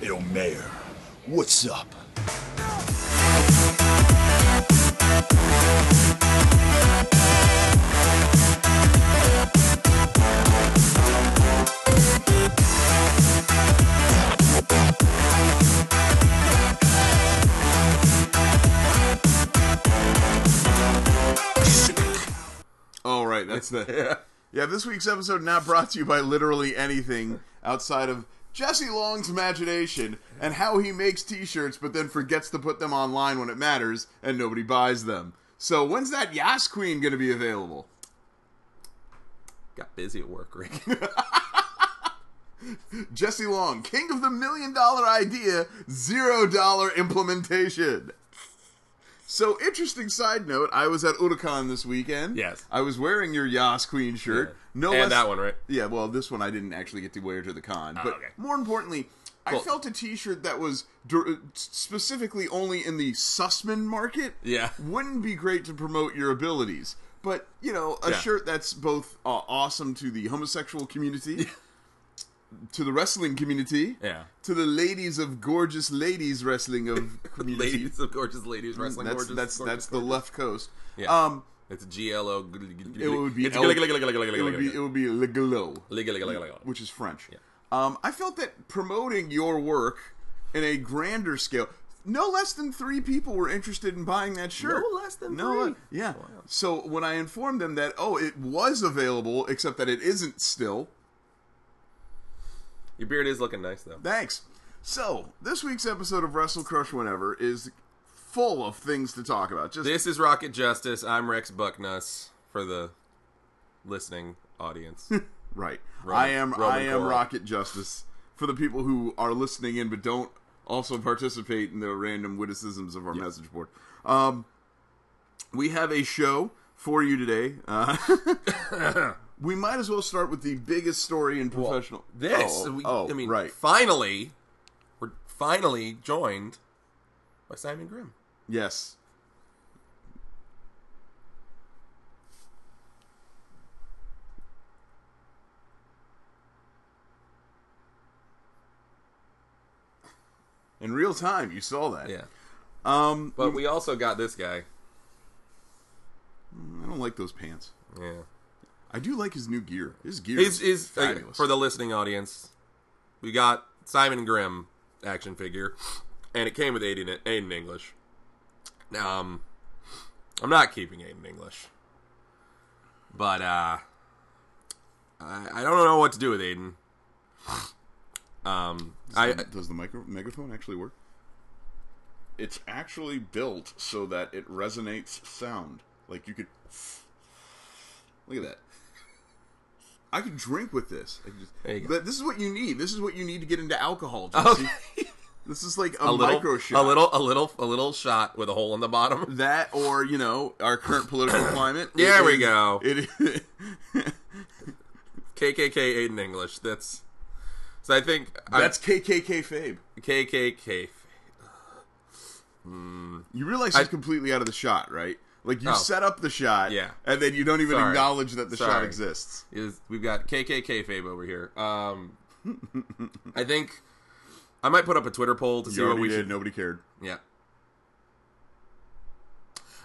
Yo, Mayor, what's up? All Oh, right, that's the yeah. This week's episode not brought to you by literally anything outside of Jesse Long's imagination and how he makes T-shirts, but then forgets to put them online when it matters and nobody buys them. So when's that Yas Queen going to be available? Got busy at work, Rick. Jesse Long, king of the million dollar idea, zero dollar implementation. So, interesting side note, I was at Urukan this weekend. Yes. I was wearing your Yas Queen shirt. No and less, that one, right? Yeah, well, this one I didn't actually get to wear to the con. but Oh, okay. more importantly, I Cool. felt a t shirt that was dur- specifically only in the Sussman market Yeah. wouldn't be great to promote your abilities. But, you know, a Yeah. shirt that's both uh, awesome to the homosexual community, to the wrestling community, Yeah. to the ladies of gorgeous ladies wrestling of community. Ladies of gorgeous ladies wrestling Mm, that's gorgeous. that's gorgeous, that's the gorgeous. left coast. Yeah. Um, It's G L O. it would be It's L- it would be it would be Le Gallo, Legally, which is French. Um, I felt that promoting your work in a grander scale. No less than three people were interested in buying that shirt. No less than No three? le- yeah. So when I informed them that, oh, it was available, except that it isn't still, Your beard is looking nice though. Thanks. So, this week's episode of Wrestle Crush Whenever is full of things to talk about. Just This is Rocket Justice. I'm Rex Bucknuss for the listening audience. right. Roman- I am Roman I am Coral. Rocket Justice for the people who are listening in but don't also participate in the random witticisms of our message board. Um we have a show for you today. Uh, we might as well start with the biggest story in professional. this, oh, we, oh, I mean, right? finally, we're finally joined by Simon Grimm. Yes, In real time, you saw that. Yeah, Um, but we also got this guy. I don't like those pants. Yeah, I do like his new gear. His gear he's is is uh, fabulous. for the listening audience. We got Simon Grimm action figure, and it came with Aiden, Aiden English. Um, I'm not keeping Aiden English, but uh, I, I don't know what to do with Aiden. Um, I does the micro megaphone actually work? It's actually built so that it resonates sound. Like you could look at that. I could drink with this. I could just- There you go. But this is what you need. This is what you need to get into alcohol. Jesse. okay. This is like a, a little, micro shot. a little, a little, a little shot with a hole in the bottom. That or you know our current political climate. There It we is- go. It is, KKK Aiden English. That's so. I think I- that's KKK fabe. KKK. You realize he's completely out of the shot, right? Like you Oh. set up the shot, Yeah. and then you don't even Sorry. acknowledge that the shot Sorry. exists. Is we've got KKK Fabe over here. Um, I think I might put up a Twitter poll to see You what already we did. should. Nobody cared. Yeah.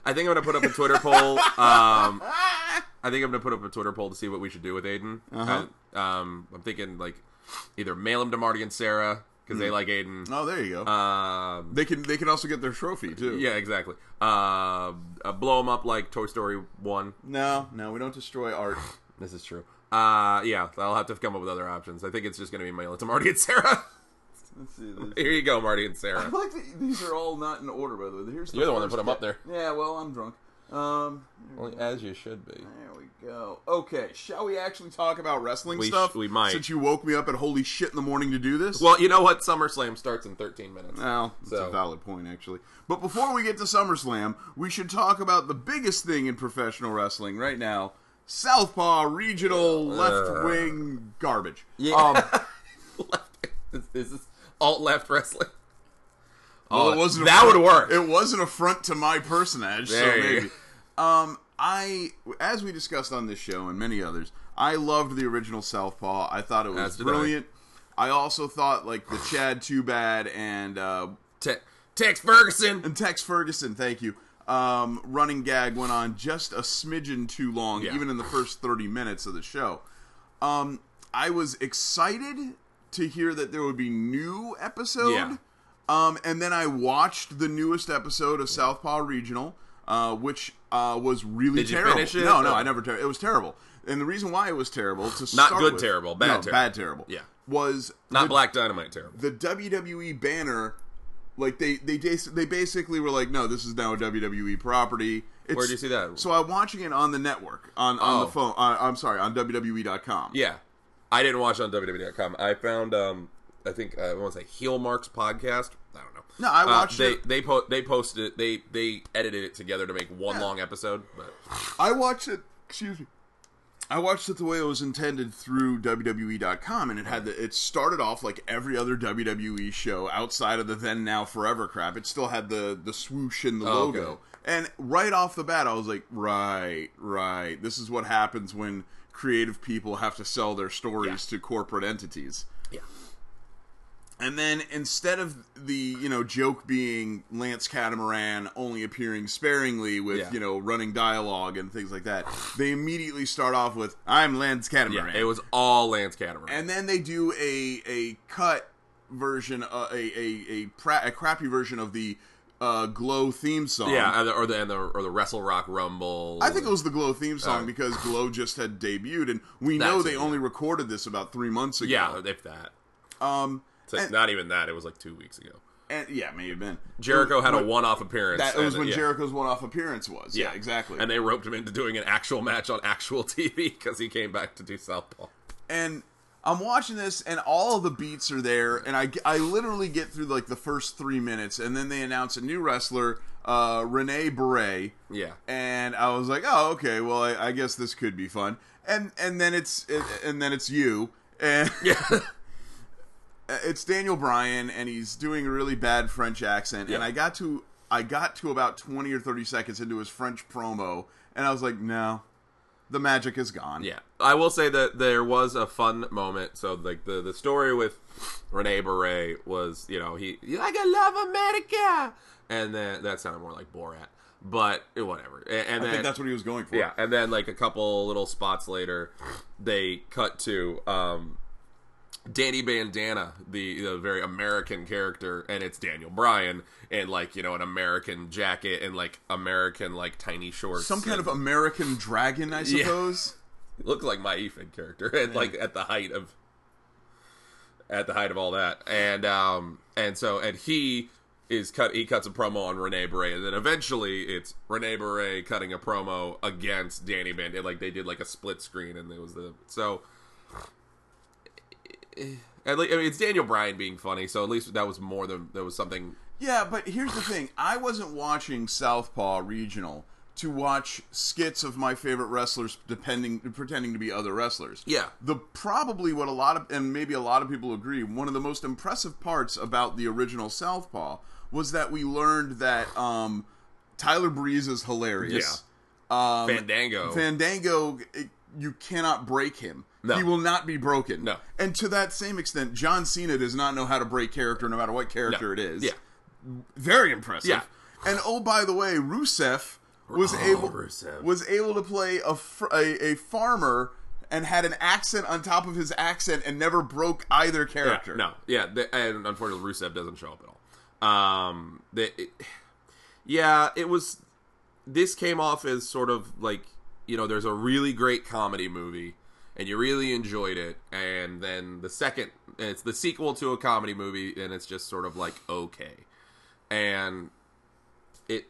I think I'm gonna put up a Twitter poll. Um, I think I'm gonna put up a Twitter poll to see what we should do with Aiden. Uh-huh. I, um, I'm thinking like either mail him to Marty and Sarah because they like Aiden. Oh, there you go. Um, they can they can also get their trophy too. Yeah, exactly. Uh, uh, blow them up like Toy Story One. No, no, we don't destroy art. This is true. Uh, yeah, I'll have to come up with other options. I think it's just gonna be mail it to Marty and Sarah. Let's see. This. Here you go, Marty and I Sarah. like that these are all not in order, by the way. Here's the You're the one that put first them up pic. Yeah, well, I'm drunk. Um, As you should be. there we go. Okay, shall we actually talk about wrestling We sh- stuff? we might. Since you woke me up at holy shit in the morning to do this. Well, you know what? SummerSlam starts in 13 minutes. Well, that's a So- valid point, actually. But before we get to SummerSlam, we should talk about the biggest thing in professional wrestling right now Southpaw regional left wing garbage. Um, Yeah. Left- is, is this alt left wrestling? Well, Oh, it wasn't a that front- would work. It was an affront to my personage, There so you maybe. Um, I, as we discussed on this show and many others, I loved the original Southpaw. I thought it was As did I. brilliant. I also thought like the Chad Too Bad and uh, Te- Tex Ferguson. and Tex Ferguson, thank you. Um, running gag went on just a smidgen too long, Yeah. even in the first thirty minutes of the show. Um, I was excited to hear that there would be new episode. Yeah. Um, and then I watched the newest episode of Southpaw Regional, uh, which uh, was really Did you terrible. finish it? No, no, No. I never. Ter- it was terrible, and the reason why it was terrible to Not start good with- terrible, bad no, terrible. bad terrible. Yeah. was Not the- Black Dynamite terrible. the WWE banner, like they they bas- they basically were like, no, this is now a WWE property. It's, Where do you see that? So I'm watching it on the network on on Oh. the phone. On, I'm sorry, on E WWE.com. Yeah, I didn't watch it on WWE.com. I found um, I think uh, I want to say Heel Marks podcast. I don't know. No, I Uh, watched they it. they po- they posted it. They they edited it together to make one Yeah. long episode. But I watched it. Excuse me. I watched it the way it was intended through WWE.com, and it had the, it started off like every other WWE show outside of the then now forever crap. It still had the the swoosh and the Oh, okay. logo, and right off the bat, I was like, right, right, this is what happens when creative people have to sell their stories to corporate entities. yeah, And then instead of the you know joke being Lance Catamaran only appearing sparingly with Yeah. you know running dialogue and things like that, they immediately start off with "I'm Lance yeah, Catamaran," it was all Lance Catamaran. and then they do a a cut version, uh, a a a, pra- a crappy version of the uh, Glow theme song. yeah, uh, and the, or the and the or the Wrestle Rock Rumble. Um, I think it was the Glow theme song Oh. because Glow just had debuted, and we That's know it, they yeah. only recorded this about three months ago. yeah, if that. um, It's like, And- not even that. It was like two weeks ago. and yeah, may have been Jericho had a one-off appearance. That and was when yeah. Jericho's one-off appearance was. Yeah, exactly. And they roped him into doing an actual match on actual TV because he came back to do Southpaw. and I'm watching this, and all of the beats are there, and I, I literally get through like the first three minutes, and then they announce a new wrestler, uh, Renee Beret, Yeah. and I was like, oh okay, well I, I guess this could be fun, and and then it's and- and then it's you, and Yeah. it's Daniel Bryan, and he's doing a really bad French accent, and Yeah. I got to I got to about twenty or thirty seconds into his French promo, and I was like, no, the magic is gone. Yeah, I will say that there was a fun moment. So like the the story with Rene Beret was, you know, he like I love America, and then that sounded more like Borat, but eh, whatever. And, and I then think that's what he was going for. yeah, and then like a couple little spots later, they cut to um, Danny Bandana, the, the very American character, and it's Daniel Bryan in like you know an American jacket and like American like tiny shorts, some kind of and- American dragon, I Yeah. suppose. looked like my Ethan character, and like at the height of at the height of all that, and um, and so and he is cut. He cuts a promo on Rene Beret, and then eventually it's Rene Beret cutting a promo against Danny Bandit. Like they did like a split screen, and it was the so. At least, I mean, it's Daniel Bryan being funny, so at least that was more than there was something. Yeah, but here's the thing: I wasn't watching Southpaw Regional to watch skits of my favorite wrestlers, depending pretending to be other wrestlers. Yeah. the probably what a lot of and maybe a lot of people agree. One of the most impressive parts about the original Southpaw was that we learned that um, Tyler Breeze is hilarious. Um, Fandango. Fandango, it- you cannot break him. No. He will not be broken. No. And to that same extent, John Cena does not know how to break character, no matter what character it is. Yeah, Very impressive. Yeah. And oh, by the way, Rusev was Oh, able Rusev. was able to play a, fr- a a farmer and had an accent on top of his accent and never broke either Yeah, character. no, yeah, the, and unfortunately, Rusev doesn't show up at all. Um, the, it, yeah, it was. This came off as sort of like you know, there's a really great comedy movie, and you really enjoyed it, and then the second, it's the sequel to a comedy movie, and it's just sort of like okay, and it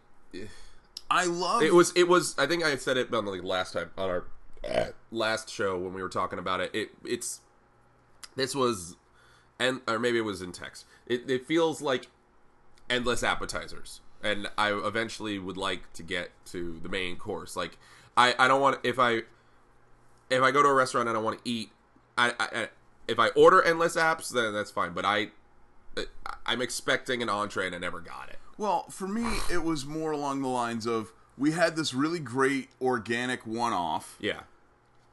I love it was it was I think I said it on the last time on our eh, last show when we were talking about it. It it's this was and or maybe it was in text. It it feels like endless appetizers. And I eventually would like to get to the main course. Like I I don't want if I if I go to a restaurant and I want to eat I, I I- if I order endless apps then that's fine, but I I'm expecting an entree and I never got it. Well, for me, it was more along the lines of we had this really great organic one off. Yeah.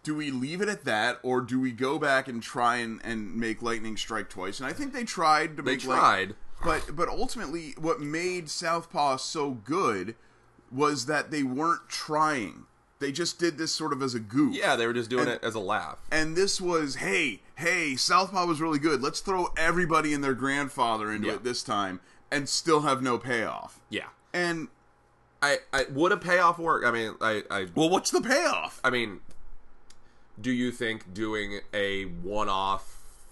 do we leave it at that or do we go back and try and, and make lightning strike twice and i think they tried to They make Light- tried. but but ultimately what made southpaw so good was that they weren't trying they just did this sort of as a goof Yeah, they were just doing And- it as a laugh. and this was hey hey southpaw was really good let's throw everybody and their grandfather into Yeah. it this time and still have no payoff Yeah. and I, I would a payoff work? I mean, I, I well what's the payoff I mean, do you think doing a one-off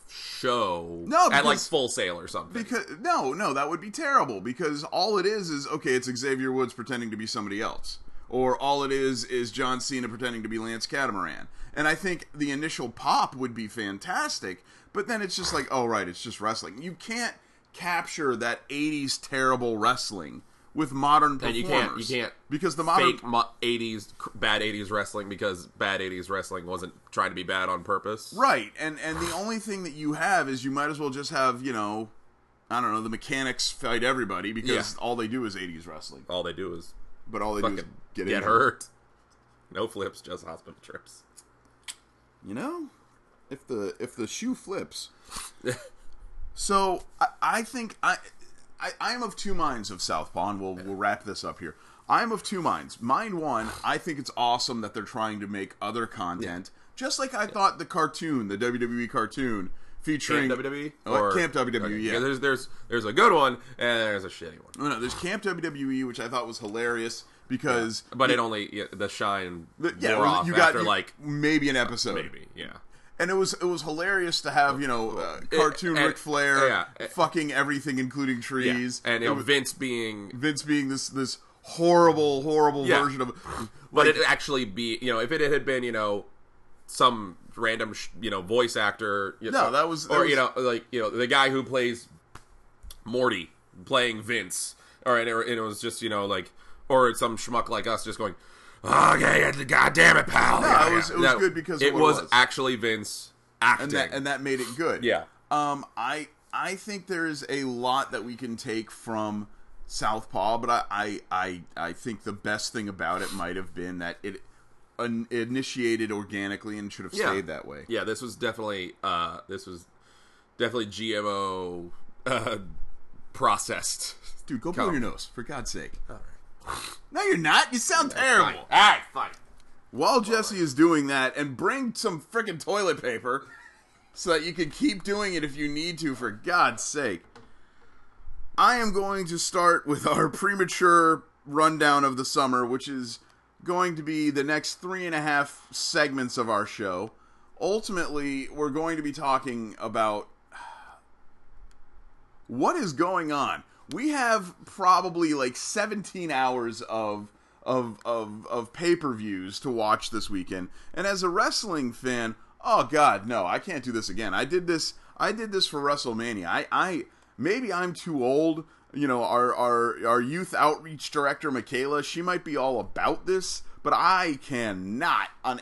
show No, at like because- Full Sail or something? because no no that would be terrible because all it is is okay it's xavier woods pretending to be somebody else or all it is is john cena pretending to be lance catamaran and i think the initial pop would be fantastic but then it's just like oh right it's just wrestling you can't capture that 80s terrible wrestling with modern And performers you can't- you can't because the modern fake mo- 80s cr- bad 80s wrestling because bad 80s wrestling wasn't trying to be bad on purpose. Right, and and the only thing that you have is you might as well just have you know, I don't know, the mechanics fight everybody because Yeah. all they do is '80s wrestling, All they do is but all they do is fucking get, get, injured. hurt. No flips, just hospital trips. You know, if the if the shoe flips. so I, I think I, I I am of two minds of Southpaw, and we'll we'll wrap this up here. I'm of two minds. Mind one, I think it's awesome that they're trying to make other content, just like I thought the cartoon, the WWE cartoon featuring Camp WWE Oh, Camp WWE. okay, yeah, There's there's there's a good one and there's a shitty one. No, no, there's Camp WWE, which I thought was hilarious because. But it only yeah, the shine the- yeah, wore it was- off you got after you- like maybe an episode, maybe yeah. and it was it was hilarious to have you know uh, cartoon and- Ric Flair yeah, and- fucking everything, including Yeah. trees, And you it know, was- Vince being Vince being this this horrible horrible Yeah. version of but it actually be you know if it had been you know some random sh- you know voice actor you No, know, that was- that or was- you know like you know the guy who plays Morty playing Vince or and it, and it was just you know like or it's some schmuck like us just going okay god damn it pal no, it was- it was good because of it what it was, was. actually Vince acting and that and that made it good. Yeah. Um, I I think there is a lot that we can take from Southpaw, but I I I, I think the best thing about it might have been that it un- initiated organically and should have Yeah. stayed that way. yeah this was definitely uh this was definitely GMO uh processed Dude, go blow Come. your nose for God's sake. No, you're not. You sound terrible. right fine While Jesse is doing that, and bring some freaking toilet paper so that you can keep doing it if you need to, for God's sake. I am going to start with our premature rundown of the summer, which is going to be the next three and a half segments of our show. Ultimately, we're going to be talking about what is going on. We have probably like 17 hours of of of of pay-per-views to watch this weekend. And as a wrestling fan, oh god, no, I can't do this again. I did this I did this for WrestleMania. I I maybe I'm too old. You know, our our our youth outreach director Michaela, she might be all about this, but I cannot on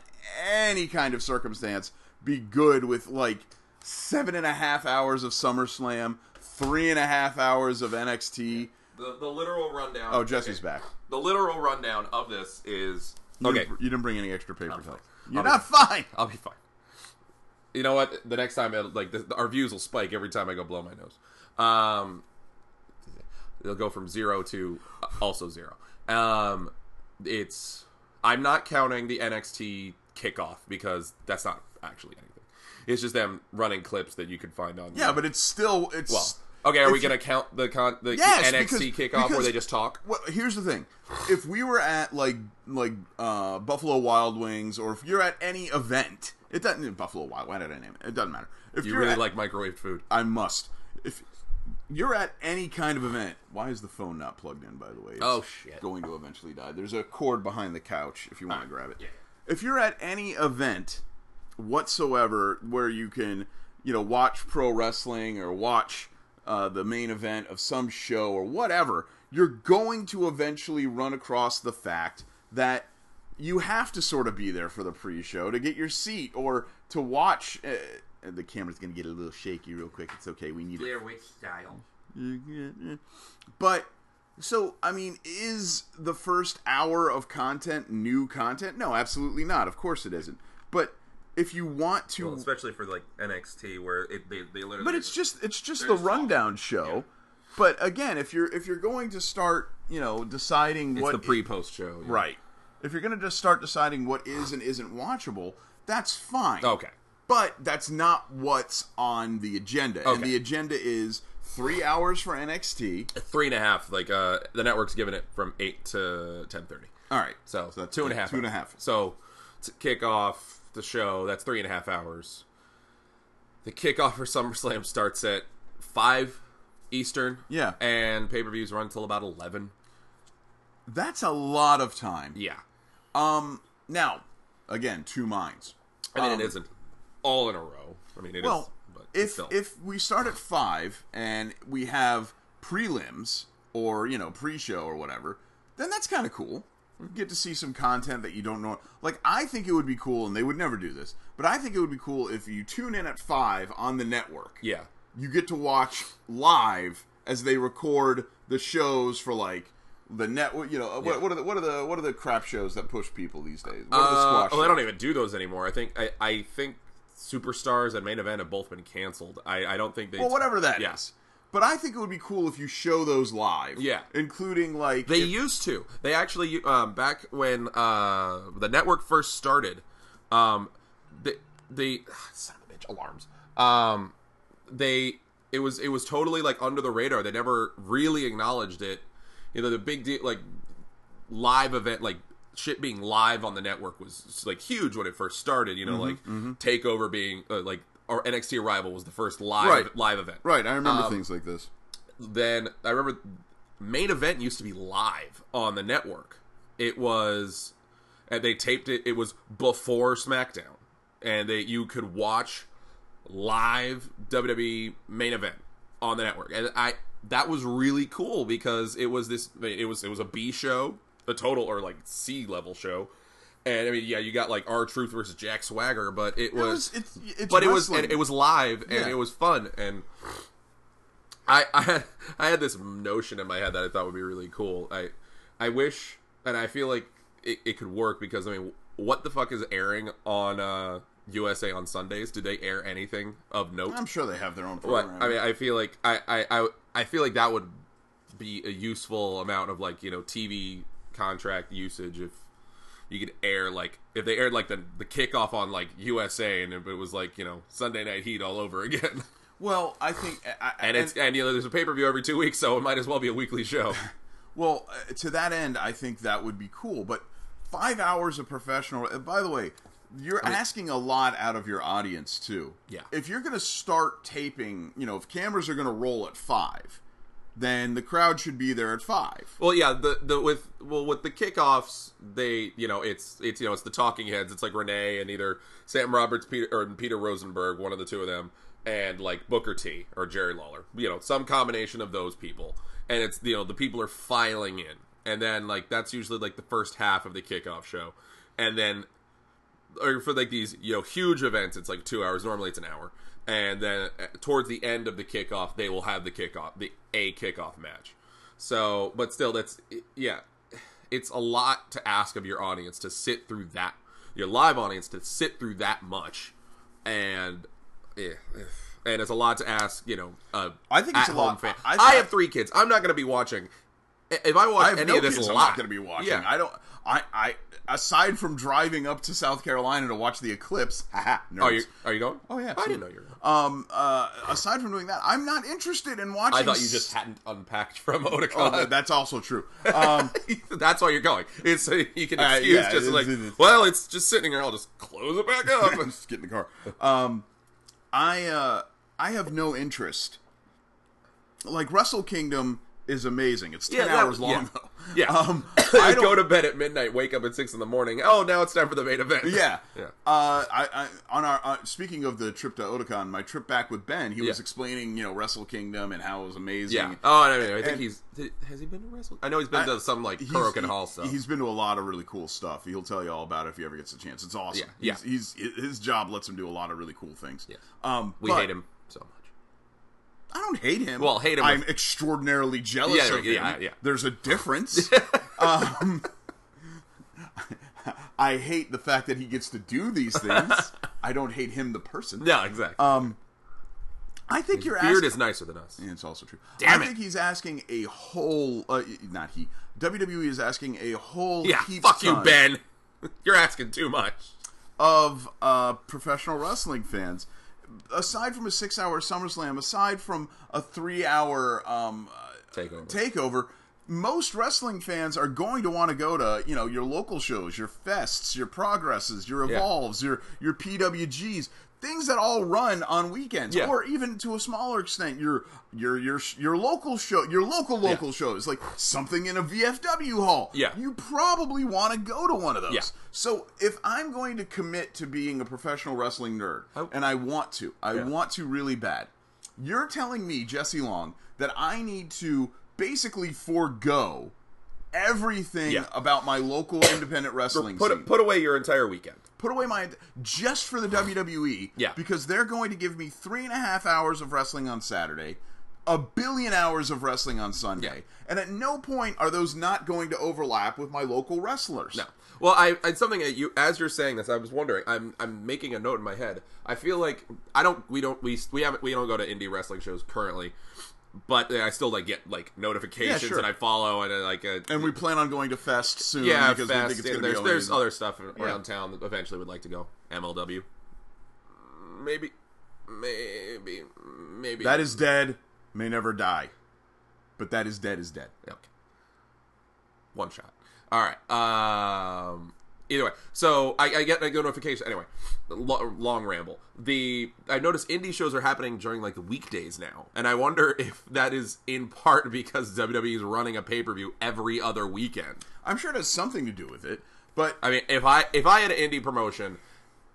any kind of circumstance be good with like seven and a half hours of SummerSlam, three and a half hours of NXT. The, the literal rundown. Oh, Jesse's back. The literal rundown of this is You okay. didn't, you didn't bring any extra paper fine. towels. You're I'm not fine. I'll be fine. You know what? The next time, it'll, like the, our views will spike every time I go blow my nose. Um, they'll go from zero to uh, also zero. Um, it's I'm not counting the NXT kickoff because that's not actually anything. It's just them running clips that you could find on. Yeah, but it's still it's. well, okay. Are if we you- going to count the con the Yes, NXT because- kickoff where because- they just talk? Well, here's the thing: if we were at like like uh, Buffalo Wild Wings, or if you're at any event, it doesn't Buffalo Wild. Why did I name it? It doesn't matter. If You you're really at- like microwave food. I must. If you're at any kind of event, why is the phone not plugged in? By the way, It's Oh, shit. Going to eventually die. There's a cord behind the couch if you want to grab it. If you're at any event whatsoever where you can, you know, watch pro wrestling or watch uh, the main event of some show or whatever, you're going to eventually run across the fact that you have to sort of be there for the pre-show to get your seat or to watch. Uh, the camera's going to get a little shaky real quick. It's okay. We need it. Witch style. But so I mean, is the first hour of content new content? No, absolutely not. Of course it isn't. But if you want to, Well, especially for like NXT where it, they they literally. but it's just it's just they're the just talking. rundown show. But again, if you're if you're going to start, you know, deciding it's what the pre-post show. yeah. right, if you're going to just start deciding what is and isn't watchable, that's fine. Okay. But that's not what's on the agenda. And Okay. the agenda is three hours for NXT. Three and a half. Like uh, the network's giving it from eight to ten thirty. All right. So, that's two and a half. Two and a hours. half. So to kick off the show, that's three and a half hours. The kickoff for SummerSlam starts at five Eastern. Yeah. And pay per views run until about eleven. That's a lot of time. Yeah. Um. Now, again, two minds. I mean, Um, it isn't all in a row. I mean, it is. Well, But if still. if we start at five and we have prelims or you know pre-show or whatever, then that's kind of cool. We get to see some content that you don't know. Like I think it would be cool, and they would never do this, but I think it would be cool if you tune in at five on the network. yeah. you get to watch live as they record the shows for like. The network, you know, uh, what, Yeah. what are the what are the what are the crap shows that push people these days? What are the Uh, squash? oh, they shows? don't even do those anymore. I think I, I think superstars and main event have both been canceled. I, I don't think they. well, whatever that is. Yeah. But I think it would be cool if you show those live. Yeah. Including like They if- used to. They actually um, back when uh, the network first started, um, the the son of a bitch alarms. Um, they it was it was totally like under the radar. They never really acknowledged it. You know the big deal like live event like shit being live on the network was like huge when it first started. You know like takeover being uh, like our NXT arrival was the first live Right. live event. Right, I remember things like this. then I remember main event used to be live on the network. It was and they taped it. It was before SmackDown, and they you could watch live WWE main event on the network, and I that was really cool because it was this it was it was a B show, a total or like C level show, and I mean yeah you got like our truth versus Jack Swagger, but it It was was it's, it's but it was wrestling. and it was live and Yeah. it was fun and I I had I had this notion in my head that I thought would be really cool. I I wish and I feel like it, it could work because I mean what the fuck is airing on uh USA on Sundays? Do they air anything of note? I'm sure they have their own But, program. I mean I feel like I, I I I feel like that would be a useful amount of like, you know, TV contract usage if you could air like if they aired like the the kickoff on like USA and it was like you know Sunday Night Heat all over again, well, I think I, I- and it's and you know there's a pay per view every two weeks, so it might as well be a weekly show. Well, uh, to that end, I think that would be cool. But five hours of professional. uh, By the way, you're asking a lot out of your audience too. Yeah. If you're going to start taping, you know, if cameras are going to roll at five, then the crowd should be there at five. Well, yeah, the the with well with the kickoffs, they you know it's it's you know it's the talking heads. It's like Renee and either Sam Roberts, Peter or Peter Rosenberg, one of the two of them, and like Booker T or Jerry Lawler. You know, some combination of those people, and it's you know the people are filing in, and then like that's usually like the first half of the kickoff show, and then or for like these you know huge events it's like two hours normally it's an hour and then uh, towards the end of the kickoff they will have the kickoff the a kickoff match so but still that's i- yeah it's a lot to ask of your audience to sit through that your live audience to sit through that much and yeah and it's a lot to ask you know uh, I think it's a at-home lot- fan. I- I, I- have three kids i'm not going to be watching I- if i watch I have any no of this kids live I'm not going to be watching. yeah I don't. I, I aside from driving up to South Carolina to watch the eclipse. Haha, nerds. are you are you going Oh yeah. i absolutely. didn't know you were Um. Uh. Aside from doing that, I'm not interested in watching. I thought you just hadn't unpacked from Otakon. Oh, th- that's also true. Um. That's why you're going. It's you can Uh, excuse yeah, just it's- like, it's- well, it's just sitting there. I'll just close it back up. let's get in the car. Um. I uh. I have no interest. Like Wrestle Kingdom is amazing. It's ten Yeah, that- hours long yeah. though. yeah, Um. I I don't. go to bed at midnight, wake up at six in the morning. Oh, now it's time for the main event. Yeah. yeah. Uh, I, I on our uh, speaking of the trip to Otakon, my trip back with Ben, he was Yeah. explaining you know Wrestle Kingdom and how it was amazing. Yeah. Oh, and I, mean, I think And- he's has he been to wrestle? I know he's been to some like He's- Kurokan he- Hall stuff. He's been to a lot of really cool stuff. He'll tell you all about it if he ever gets a chance. It's awesome. Yeah, yeah. He's, he's his job lets him do a lot of really cool things. Yeah. Um, we but hate him so much. I don't hate him. Well, hate him I'm with- extraordinarily jealous Yeah, of yeah, him. yeah. There's a difference. um, I hate the fact that he gets to do these things. I don't hate him, the person. Yeah, exactly. Um, I think you're Uh, Beard asking. is nicer than us. it's also true. Damn I it. think he's asking a whole. Uh, not he. WWE is asking a whole. Yeah, heap fuck you, ton Ben. You're asking too much. of uh, professional wrestling fans. Aside from a six-hour SummerSlam, aside from a three-hour um, uh, Takeover. takeover, most wrestling fans are going to want to go to you know your local shows, your fests, your progresses, your Yeah. evolves, your your PWGs, things that all run on weekends, Yeah. or even to a smaller extent your your your your local show, your local local shows, like something in a VFW hall. Yeah. you probably want to go to one of those. Yeah. So if I'm going to commit to being a professional wrestling nerd, I- and I want to, I Oh. Yeah. want to really bad, you're telling me, Jesse Long, that I need to basically forego everything Yeah. about my local independent wrestling scene. Put put away your entire weekend. Put away my just for the WWE, Yeah. because they're going to give me three and a half hours of wrestling on Saturday, a billion hours of wrestling on Sunday, and at no point are those not going to overlap with my local wrestlers. No. Well, I, I something that you as you're saying this, I was wondering. I'm I'm making a note in my head. I feel like I don't we don't we we haven't we don't go to indie wrestling shows currently, but I still like get like notifications Yeah, sure. and I follow and uh, like uh, And we plan on going to Fest soon. yeah because we fest think it's going and to be there's there's amazing. other stuff around Yeah. town that eventually would like to go MLW. Maybe, maybe, maybe That is dead, may never die, but that is dead is dead. Okay. One shot. All right. Um. Either way, so I, I get I go notification. Anyway, lo- long ramble. The I noticed indie shows are happening during like weekdays now, and I wonder if that is in part because WWE is running a pay per view every other weekend. I'm sure it has something to do with it, but I mean, if I if I had an indie promotion,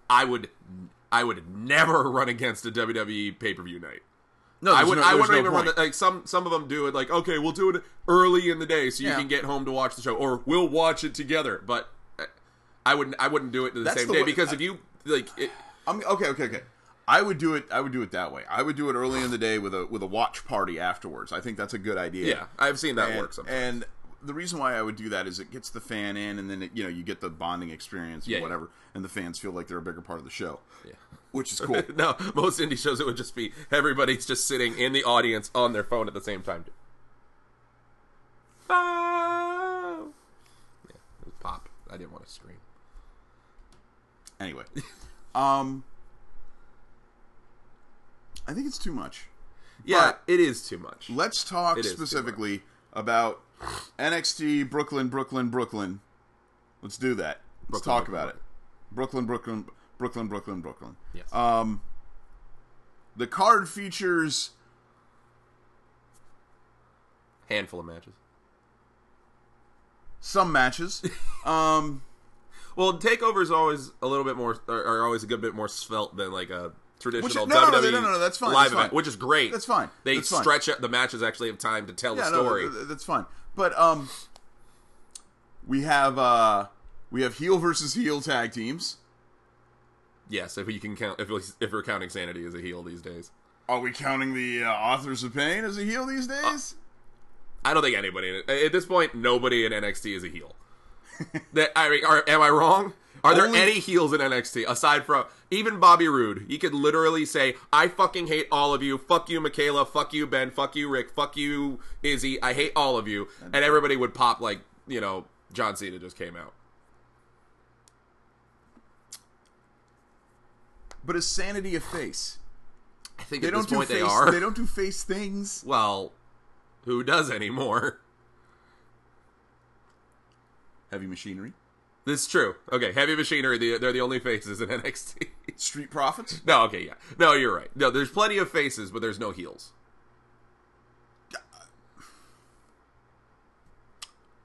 I would I would never run against a WWE pay per view night. no, I there's would. no- I there's wouldn't no even run point. the, like some. Some of them do it like okay, we'll do it early in the day so you Yeah. can get home to watch the show, or we'll watch it together. But uh, I wouldn't. I wouldn't do it the That's same the day way- because if you like, it, I'm okay, okay, okay. I would do it. I would do it that way. I would do it early in the day with a with a watch party afterwards. I think that's a good idea. yeah, I've seen that and, work. Sometimes. and the reason why I would do that is it gets the fan in, and then it, you know you get the bonding experience, Yeah, and yeah. whatever, and the fans feel like they're a bigger part of the show, Yeah. which is cool. no, most indie shows it would just be everybody's just sitting in the audience on their phone at the same time. Oh. Yeah, it was pop. I didn't want to scream. Anyway, um, I think it's too much. Yeah, But- it is too much. Let's talk It is too much. specifically about NXT Brooklyn, Brooklyn, Brooklyn. Let's do that. Let's Brooklyn, talk Brooklyn, about it. Brooklyn, Brooklyn, Brooklyn, Brooklyn, Brooklyn. Yes. Um, the card features Handful of matches. some matches. um, Well, takeovers always a little bit more are, are always a good bit more svelte than like a traditional no, no, no, WWE no, no, no, that's fine, live that's event, fine. which is great. That's fine, They that's fine. stretch out the matches actually have time to tell the yeah, no, story. th- th- that's fine. But um, we have uh, we have heel versus heel tag teams. yes, if you can count, if we- if we're counting Sanity as a heel these days, Are we counting the uh, authors of pain as a heel these Uh, days? I don't think anybody in it, at this point nobody in NXT is a heel. that I mean, are, am I wrong? Are there Only- any heels in NXT aside from even Bobby Roode? You could literally say, "I fucking hate all of you. Fuck you, Michaela. Fuck you, Ben. Fuck you, Rick. Fuck you, Izzy. I hate all of you," and everybody would pop like you know John Cena just came out. but is sanity a face? I think They at don't this do point face. they are. They don't do face things. Well, who does anymore? Heavy machinery. That's true. Okay, Heavy Machinery. The, they're the only faces in NXT. Street profits. no, okay, yeah. No, you're right. No, there's plenty of faces, but there's no heels.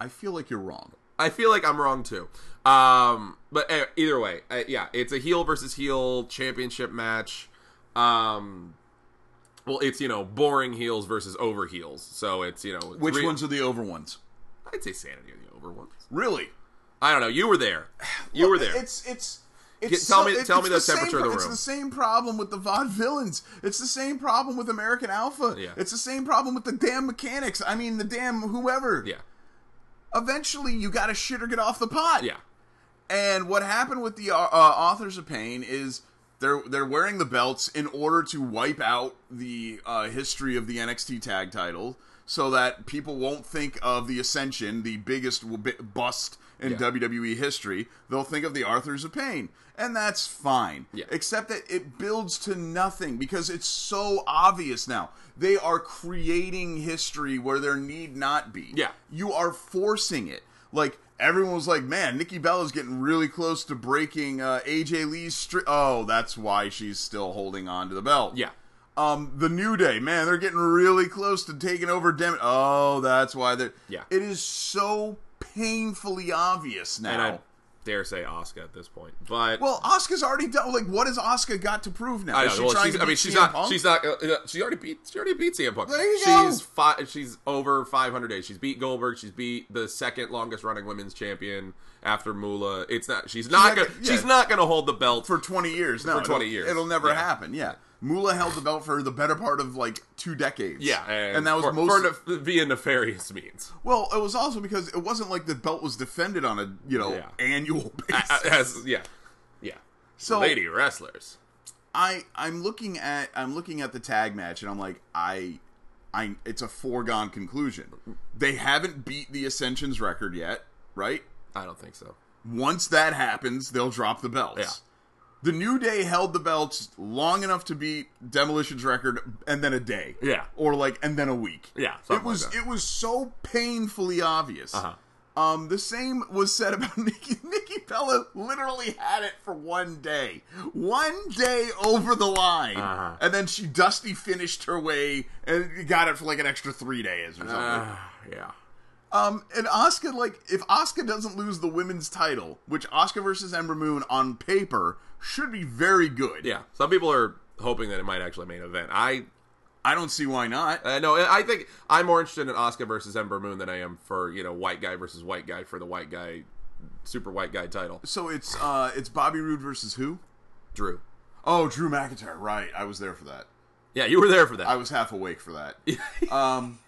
I feel like you're wrong. I feel like I'm wrong too. Um, but eh, either way, uh, yeah, it's a heel versus heel championship match. Um, well, it's you know boring heels versus over heels, so it's you know Which three- ones are the over ones? I'd say Sanity are the over ones. Really? I don't know. You were there. You were there. It's it's. It's Get- tell me- it- tell it's me the same temperature of the pro- It's room. the same problem with the VOD villains. It's the same problem with American Alpha. Yeah. It's the same problem with the damn mechanics. I mean, the damn whoever. Yeah, Eventually, you got to shit or get off the pot. yeah. And what happened with the uh, authors of pain is they're they're wearing the belts in order to wipe out the uh, history of the NXT tag title, so that people won't think of the Ascension, the biggest w- bi- bust in Yeah. WWE history. They'll think of the authors of pain, and that's fine. Yeah. Except that it builds to nothing because it's so obvious now. They are creating history where there need not be. Yeah. You are forcing it. Like, everyone was like, man, Nikki Bella's getting really close to breaking uh, AJ Lee's stri- Oh, that's why she's still holding on to the belt. Yeah. Um, the New Day, man, they're getting really close to taking over Dem. Oh, that's why they're. Yeah. It is so painfully obvious now. And I dare say Oscar at this point, but well, Oscar's already done. Like, what has Oscar got to prove now? I Is don't she know. Well, trying she's, to I mean, beat she's CM not. Punk? She's not. uh, uh, she already beat. She already beat CM Punk. There you go. she's fi- She's over 500 days. She's beat Goldberg. She's beat the second longest running women's champion after Moolah. It's not. She's not. not gonna, gonna- yeah. She's not going to hold the belt. for 20 years now. For 20 it'll, years. It'll never Yeah. happen. Yeah. Moolah held the belt for the better part of like two decades. yeah, And, that was for, most for nef- via nefarious means, Well, it was also because it wasn't like the belt was defended on a, you know, Yeah. annual basis. A- as yeah, yeah. So- lady wrestlers. I I'm looking at I'm looking at the tag match and I'm like I I it's a foregone conclusion. They haven't beat the Ascension's record yet, right? I don't think so. Once that happens, they'll drop the belts. Yeah. The New Day held the belts long enough to beat Demolition's record, and then a day. Yeah. or like, and then a week. Yeah, it something was like that. it was so painfully obvious. Uh-huh. Um, the same was said about Nikki. Nikki Bella literally had it for one day, one day over the line, Uh-huh. and then she dusty finished her way and got it for like an extra three days or something. Uh. yeah. Um, and Oscar, like, if Oscar doesn't lose the women's title, which Oscar versus Ember Moon on paper should be very good. Yeah. Some people are hoping that it might actually main event. I I don't see why not. Uh, no, I think I'm more interested in Oscar versus Ember Moon than I am for you know white guy versus white guy for the white guy, super white guy title. So it's uh, it's Bobby Roode versus who? Drew. Oh, Drew McIntyre. Right, I was there for that. Yeah, you were there for that. I was half awake for that. um,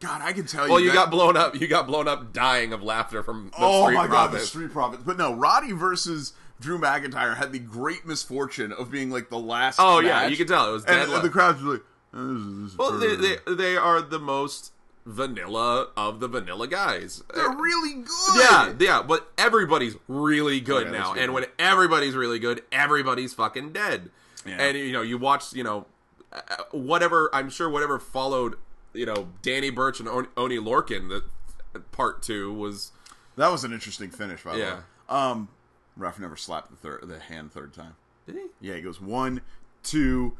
God, I can tell you. well, you that- got blown up. You got blown up, dying of laughter from the oh street my God, the Profits. Street Profits. But no, Roddy versus Drew McIntyre had the great misfortune of being like the last. Oh yeah, match. you can tell it was dead. And, and love. the crowd's like, oh, this is- this is well, they, perfect. they they are the most vanilla of the vanilla guys. they're really good. Yeah, yeah, but everybody's really good Okay, Oh, that's now, a good and one. when everybody's really good, everybody's fucking dead. Yeah. And you know, you watch, you know, uh, whatever. I'm sure whatever followed, you know, Danny Birch and On- Oni Lorkin. The uh, part two was That was an interesting finish, by the Yeah. way. Um, ref never slapped the third, the hand third time. did he? Yeah, he goes one, two,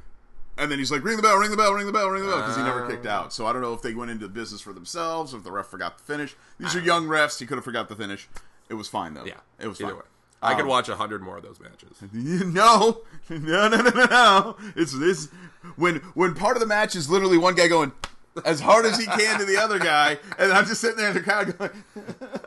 and then he's like, "Ring the bell, ring the bell, ring the bell, ring the bell," because he never Ah. kicked out. So I don't know if they went into business for themselves, or if the ref forgot the finish. These are young refs; he could have forgot the finish. It was fine though. Yeah, it was either fine. way. I could Um, watch a hundred more of those matches. No, no, no, no, no, no. It's this when when part of the match is literally one guy going as hard as he can to the other guy, and I'm just sitting there in the crowd going.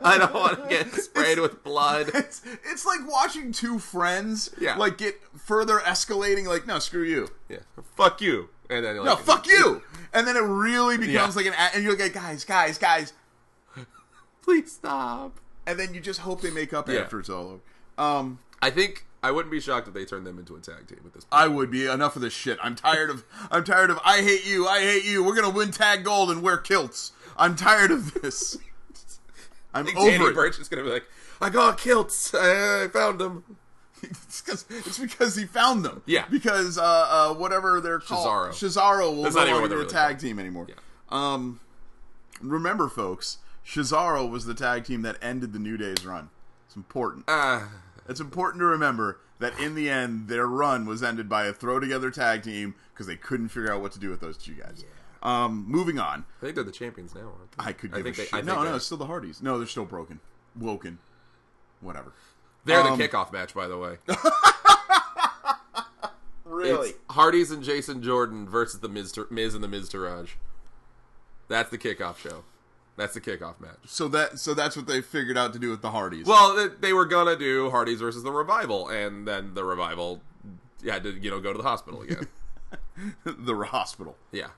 I don't want to get sprayed with blood. it's it's like watching two friends Yeah. like get further escalating like no screw you Yeah, fuck you. And then you're no like, fuck you and then it really becomes Yeah. like an a- and you're like guys guys guys Please stop. and then you just hope they make up Yeah. after it's all over um I think I wouldn't be shocked if they turned them into a tag team at this point. I would be enough of this shit I'm tired of I'm tired of I hate you I hate you we're gonna win tag gold and wear kilts I'm tired of this I'm think Danny over it. Birch is gonna be like, I got kilts. I, I found them. It's, 'cause- it's because he found them. Yeah. Because uh, uh, whatever they're Cesaro. called, Cesaro will That's no not longer even what be they're the really tag called. team anymore. Um, remember, folks, Cesaro was the tag team that ended the New Day's run. It's important. Uh, it's important to remember that in the end, their run was ended by a throw together tag team because they couldn't figure out what to do with those two guys. Um, moving on, I think they're the champions now. Aren't they? I could give think a they, shit. I think no, no, they- it's still the Hardys. No, they're still broken, woken, whatever. they're um, the kickoff match, by the way. Really? It's Hardy's and Jason Jordan versus the Miz, Miz and the Miz Taraj. That's the kickoff show. That's the kickoff match. so that so that's what they figured out to do with the Hardys. Well, th- they were gonna do Hardy's versus the Revival, and then the Revival had to, you know, go to the hospital again. the hospital. yeah.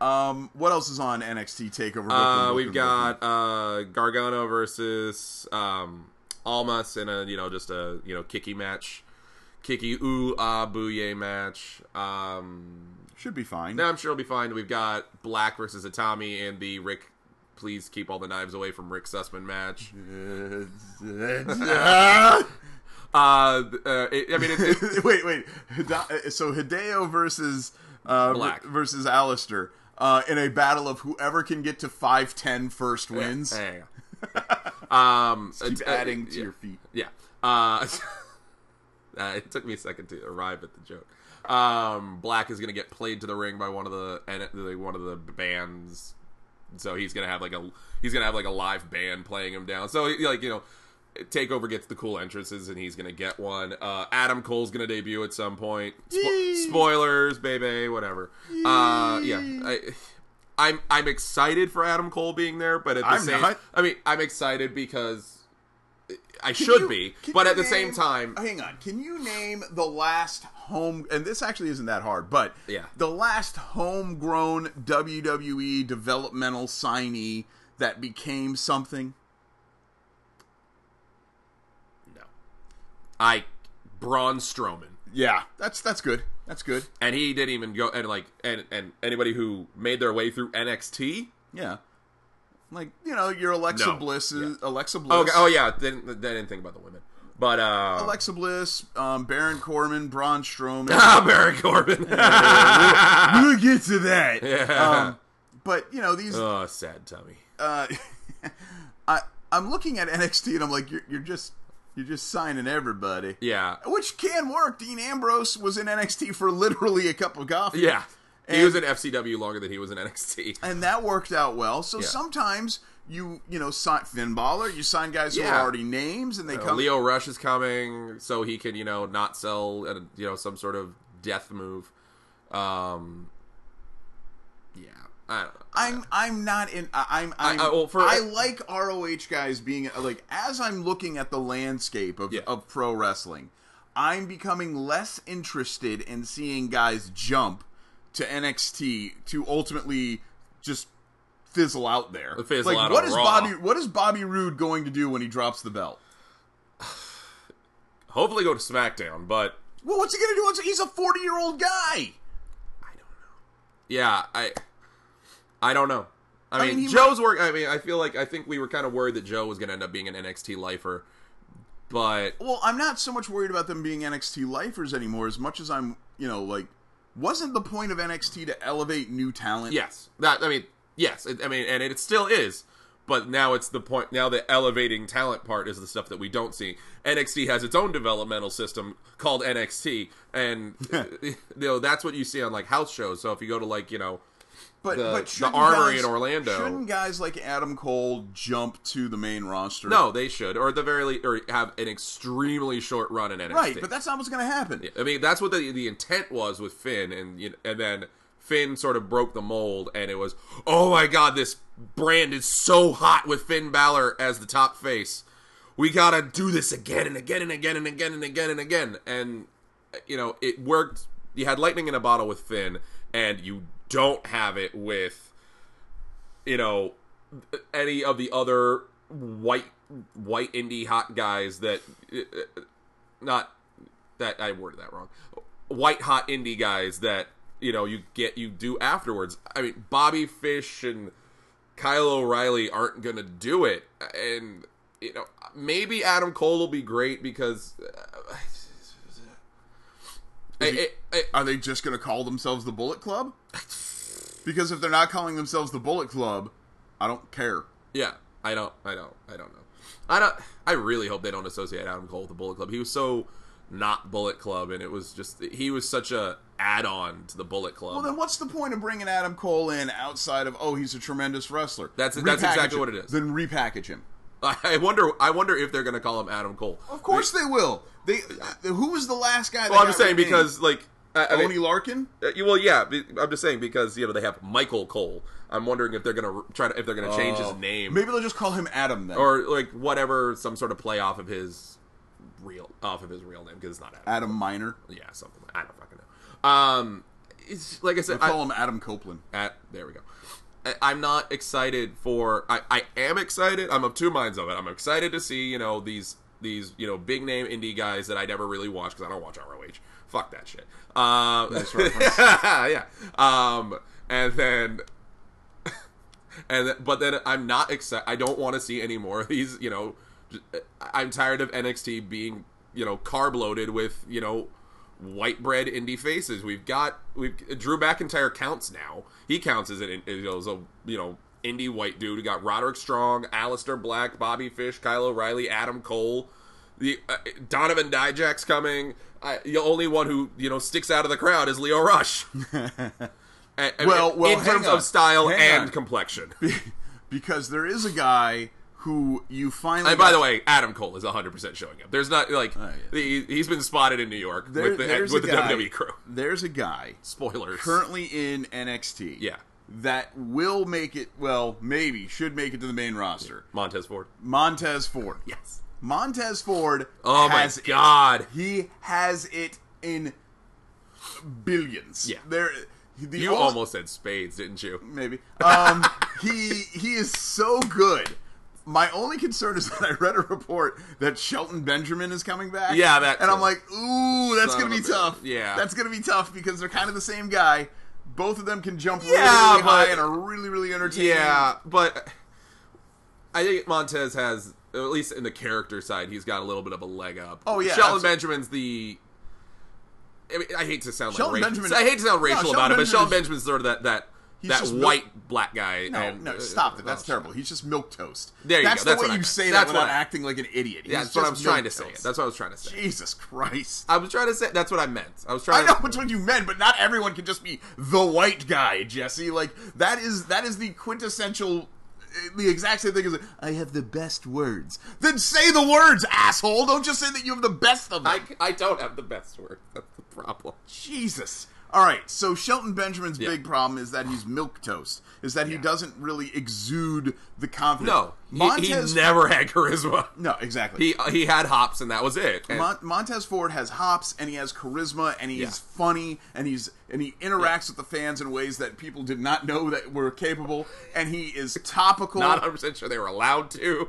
Um, what else is on NXT Takeover? Brooklyn, Uh, Brooklyn, we've got uh, Gargano versus um, Almas in a you know just a you know kicky match, kicky ooh ah booyah match. Um, Should be fine. now I'm sure it'll be fine. We've got Black versus Atami and the Rick. Please keep all the knives away from Rick Sussman Mm-hmm. match. ah! Uh, uh it, I mean, it's, it's, wait, wait. Hida- so Hideo versus uh, Black. versus Alistair uh, in a battle of whoever can get to 5'10 first wins. Hang on. um, Keep it's- uh, adding to yeah. your feet. Yeah. Uh, uh, it took me a second to arrive at the joke. Um, Black is gonna get played to the ring by one of the and the- one of the bands, so he's gonna have like a he's gonna have like a live band playing him down. So like you know, Takeover gets the cool entrances and he's gonna get one. Uh, Adam Cole's gonna debut at some point. Spo- Yee. spoilers, baby, whatever. Uh, yeah. I, I'm I'm excited for Adam Cole being there, but at the I'm same, not. I mean, I'm excited because I Can should you- be, can but you at the same name- uh, time, hang on. Can you name the last home? And this actually isn't that hard, but Yeah. the last homegrown WWE developmental signee that became something. no. I Braun Strowman, Yeah, that's that's good. That's good. and he didn't even go and like and and anybody who made their way through NXT. Yeah, like you know, your Alexa No. Bliss, is, Alexa Bliss. Oh, oh yeah, they didn't, they didn't think about the women, but uh, Alexa Bliss, um, Baron Corbin, Braun Strowman. ah, Baron Corbin. we'll get to that. Um, but you know these. oh, sad tummy. Uh, I I'm looking at NXT and I'm like, you're, you're just you're just signing everybody. Yeah, Which can work. Dean Ambrose was in NXT for literally a cup of coffee. yeah. He And- was in FCW longer than he was in NXT. and that worked out well. So Yeah. sometimes you you know sign Finn Balor, you sign guys who Yeah. are already names, and they Uh, come. Leo Rush is coming, so he can you know not sell uh, you know some sort of death move. Um, yeah, I don't know. I'm I'm not in. I- I'm, I'm I, I- well, for- like ROH guys being like as I'm looking at the landscape of Yeah. of pro wrestling, I'm becoming less interested in seeing guys jump to NXT to ultimately just fizzle out there. Fizzle like out what on is Raw. Bobby what is Bobby Roode going to do when he drops the belt? hopefully go to SmackDown, but Well, what's he gonna do? Once he's a forty year old guy. I don't know. Yeah, I I don't know. I, I mean, mean, he Joe's work. I mean, I feel like I think we were kind of worried that Joe was going to end up being an NXT lifer, but Well, I'm not so much worried about them being NXT lifers anymore as much as I'm, you know, like, wasn't the point of NXT to elevate new talent? yes, that I mean, yes, it, I mean, and it still is. But now it's the point. Now the elevating talent part is the stuff that we don't see. NXT has its own developmental system called NXT, and you know that's what you see on like house shows. So if you go to like you know, But, the- but the shouldn't Armory guys- in Orlando- Shouldn't guys like Adam Cole jump to the main roster? no, they should, or at the very least, or have an extremely short run in NXT. Right, but that's not what's going to happen. I mean, that's what the the intent was with Finn, and you know, and then Finn sort of broke the mold, and it was, oh my god, this brand is so hot with Finn Balor as the top face. We gotta do this again and again and again and again and again and again, and you know it worked. You had lightning in a bottle with Finn, and you don't have it with you know any of the other white white indie hot guys that uh, not that I worded that wrong. White hot indie guys that you know you get you do afterwards. I mean, Bobby Fish and Kyle O'Reilly aren't gonna do it, and you know maybe Adam Cole will be great because. Uh, it, it, Are they just going to call themselves the Bullet Club? because if they're not calling themselves the Bullet Club, I don't care. Yeah, I don't, I don't, I don't know. I don't. I really hope they don't associate Adam Cole with the Bullet Club. He was so not Bullet Club, and it was just he was such a add-on to the Bullet Club. Well, then what's the point of bringing Adam Cole in outside of oh he's a tremendous wrestler? That's- that's Repackage exactly him. what it is. Then repackage him. I wonder. I wonder if they're going to call him Adam Cole. Of course they will. They uh, who was the last guy? that Well, I'm got just saying renamed? because like. I, I mean, Tony Larkin. uh, well, yeah. be- I'm just saying because you know they have Michael Cole. I'm wondering if they're gonna re- try to if they're gonna change Oh. his name Maybe they'll just call him Adam then. Oh. or like whatever some sort of play off of his real off of his real name because it's not Adam. Adam Minor. yeah, something. Like, I don't fucking know. Um, it's like I said. I, Call him Adam Copeland. at there we go. I, I'm not excited for. I, I am excited. I'm of two minds of it. I'm excited to see you know these these you know big name indie guys that I never really watch because I don't watch ROH. Fuck that shit. Um, yeah. Um, and then and th- but then I'm not excited. I don't want to see any more of these. You know, j- I'm tired of NXT being you know carb loaded with you know white bread indie faces. We've got we've Drew McIntyre counts now. He counts as an as a you know indie white dude. We got Roderick Strong, Alistair Black, Bobby Fish, Kyle O'Reilly, Adam Cole. The uh, Donovan Dijak's coming. I, the only one who you know sticks out of the crowd is Leo Rush. I- I Well, mean, well, in hang terms on. of style Hang and on. complexion. because there is a guy who you finally. And by got- the way, Adam Cole is 100% showing up. There's not, like, Oh, yeah. he, he's been spotted in New York there- with the, there's with a the guy- WWE crew. there's a guy Spoilers. currently in NXT. Yeah. that will make it. Well, maybe should make it to the main roster. Montez Ford. Montez Ford. Yes. Montez Ford. Oh, my has it. God. He has it in billions. Yeah. there. The You only- almost said spades, didn't you? maybe. Um, he he is so good. My only concern is that I read a report that Shelton Benjamin is coming back. Yeah, that And I'm too. like, ooh, that's Son gonna of be a bitch. tough. Yeah. that's gonna be tough because they're kind of the same guy. Both of them can jump really, Yeah, really high but- and are really, really entertaining. Yeah, but I think Montez has, at least in the character side, he's got a little bit of a leg up. Oh, yeah, Shelton absolutely. Benjamin's the. I, mean, I hate to sound Shelton like Benjamin- racial. I hate to sound No, racial Shelton about it, but Benjamin Shelton is- Benjamin's sort of that that, that just white black guy. No, and, no, stop uh, it. That's oh, terrible. He's just milk toast. There you that's go. That's the what way I you meant. say That's that what without I- acting like an idiot. Yeah, He's that's what I just was trying to milk say. toast. That's what I was trying to say. Jesus Christ. I was trying to say that's what I meant. I was I trying. know to, which one you meant, but not everyone can just be the white guy, Jesse. Like that is that is the quintessential, uh, the exact same thing as I have the best words. Then say the words, asshole. Don't just say that you have the best of them. I, I don't have the best word. That's the problem. Jesus. All right. So Shelton Benjamin's Yeah. big problem is that he's milk toast. Is that he doesn't really exude the confidence. No, he- Montez. he, never had charisma. no, exactly. He he had hops and that was it. And Mon- Montez Ford has hops and he has charisma and he's Yeah. funny and he's and he interacts with the fans in ways that people did not know that were capable and he is topical. not 100 percent sure they were allowed to.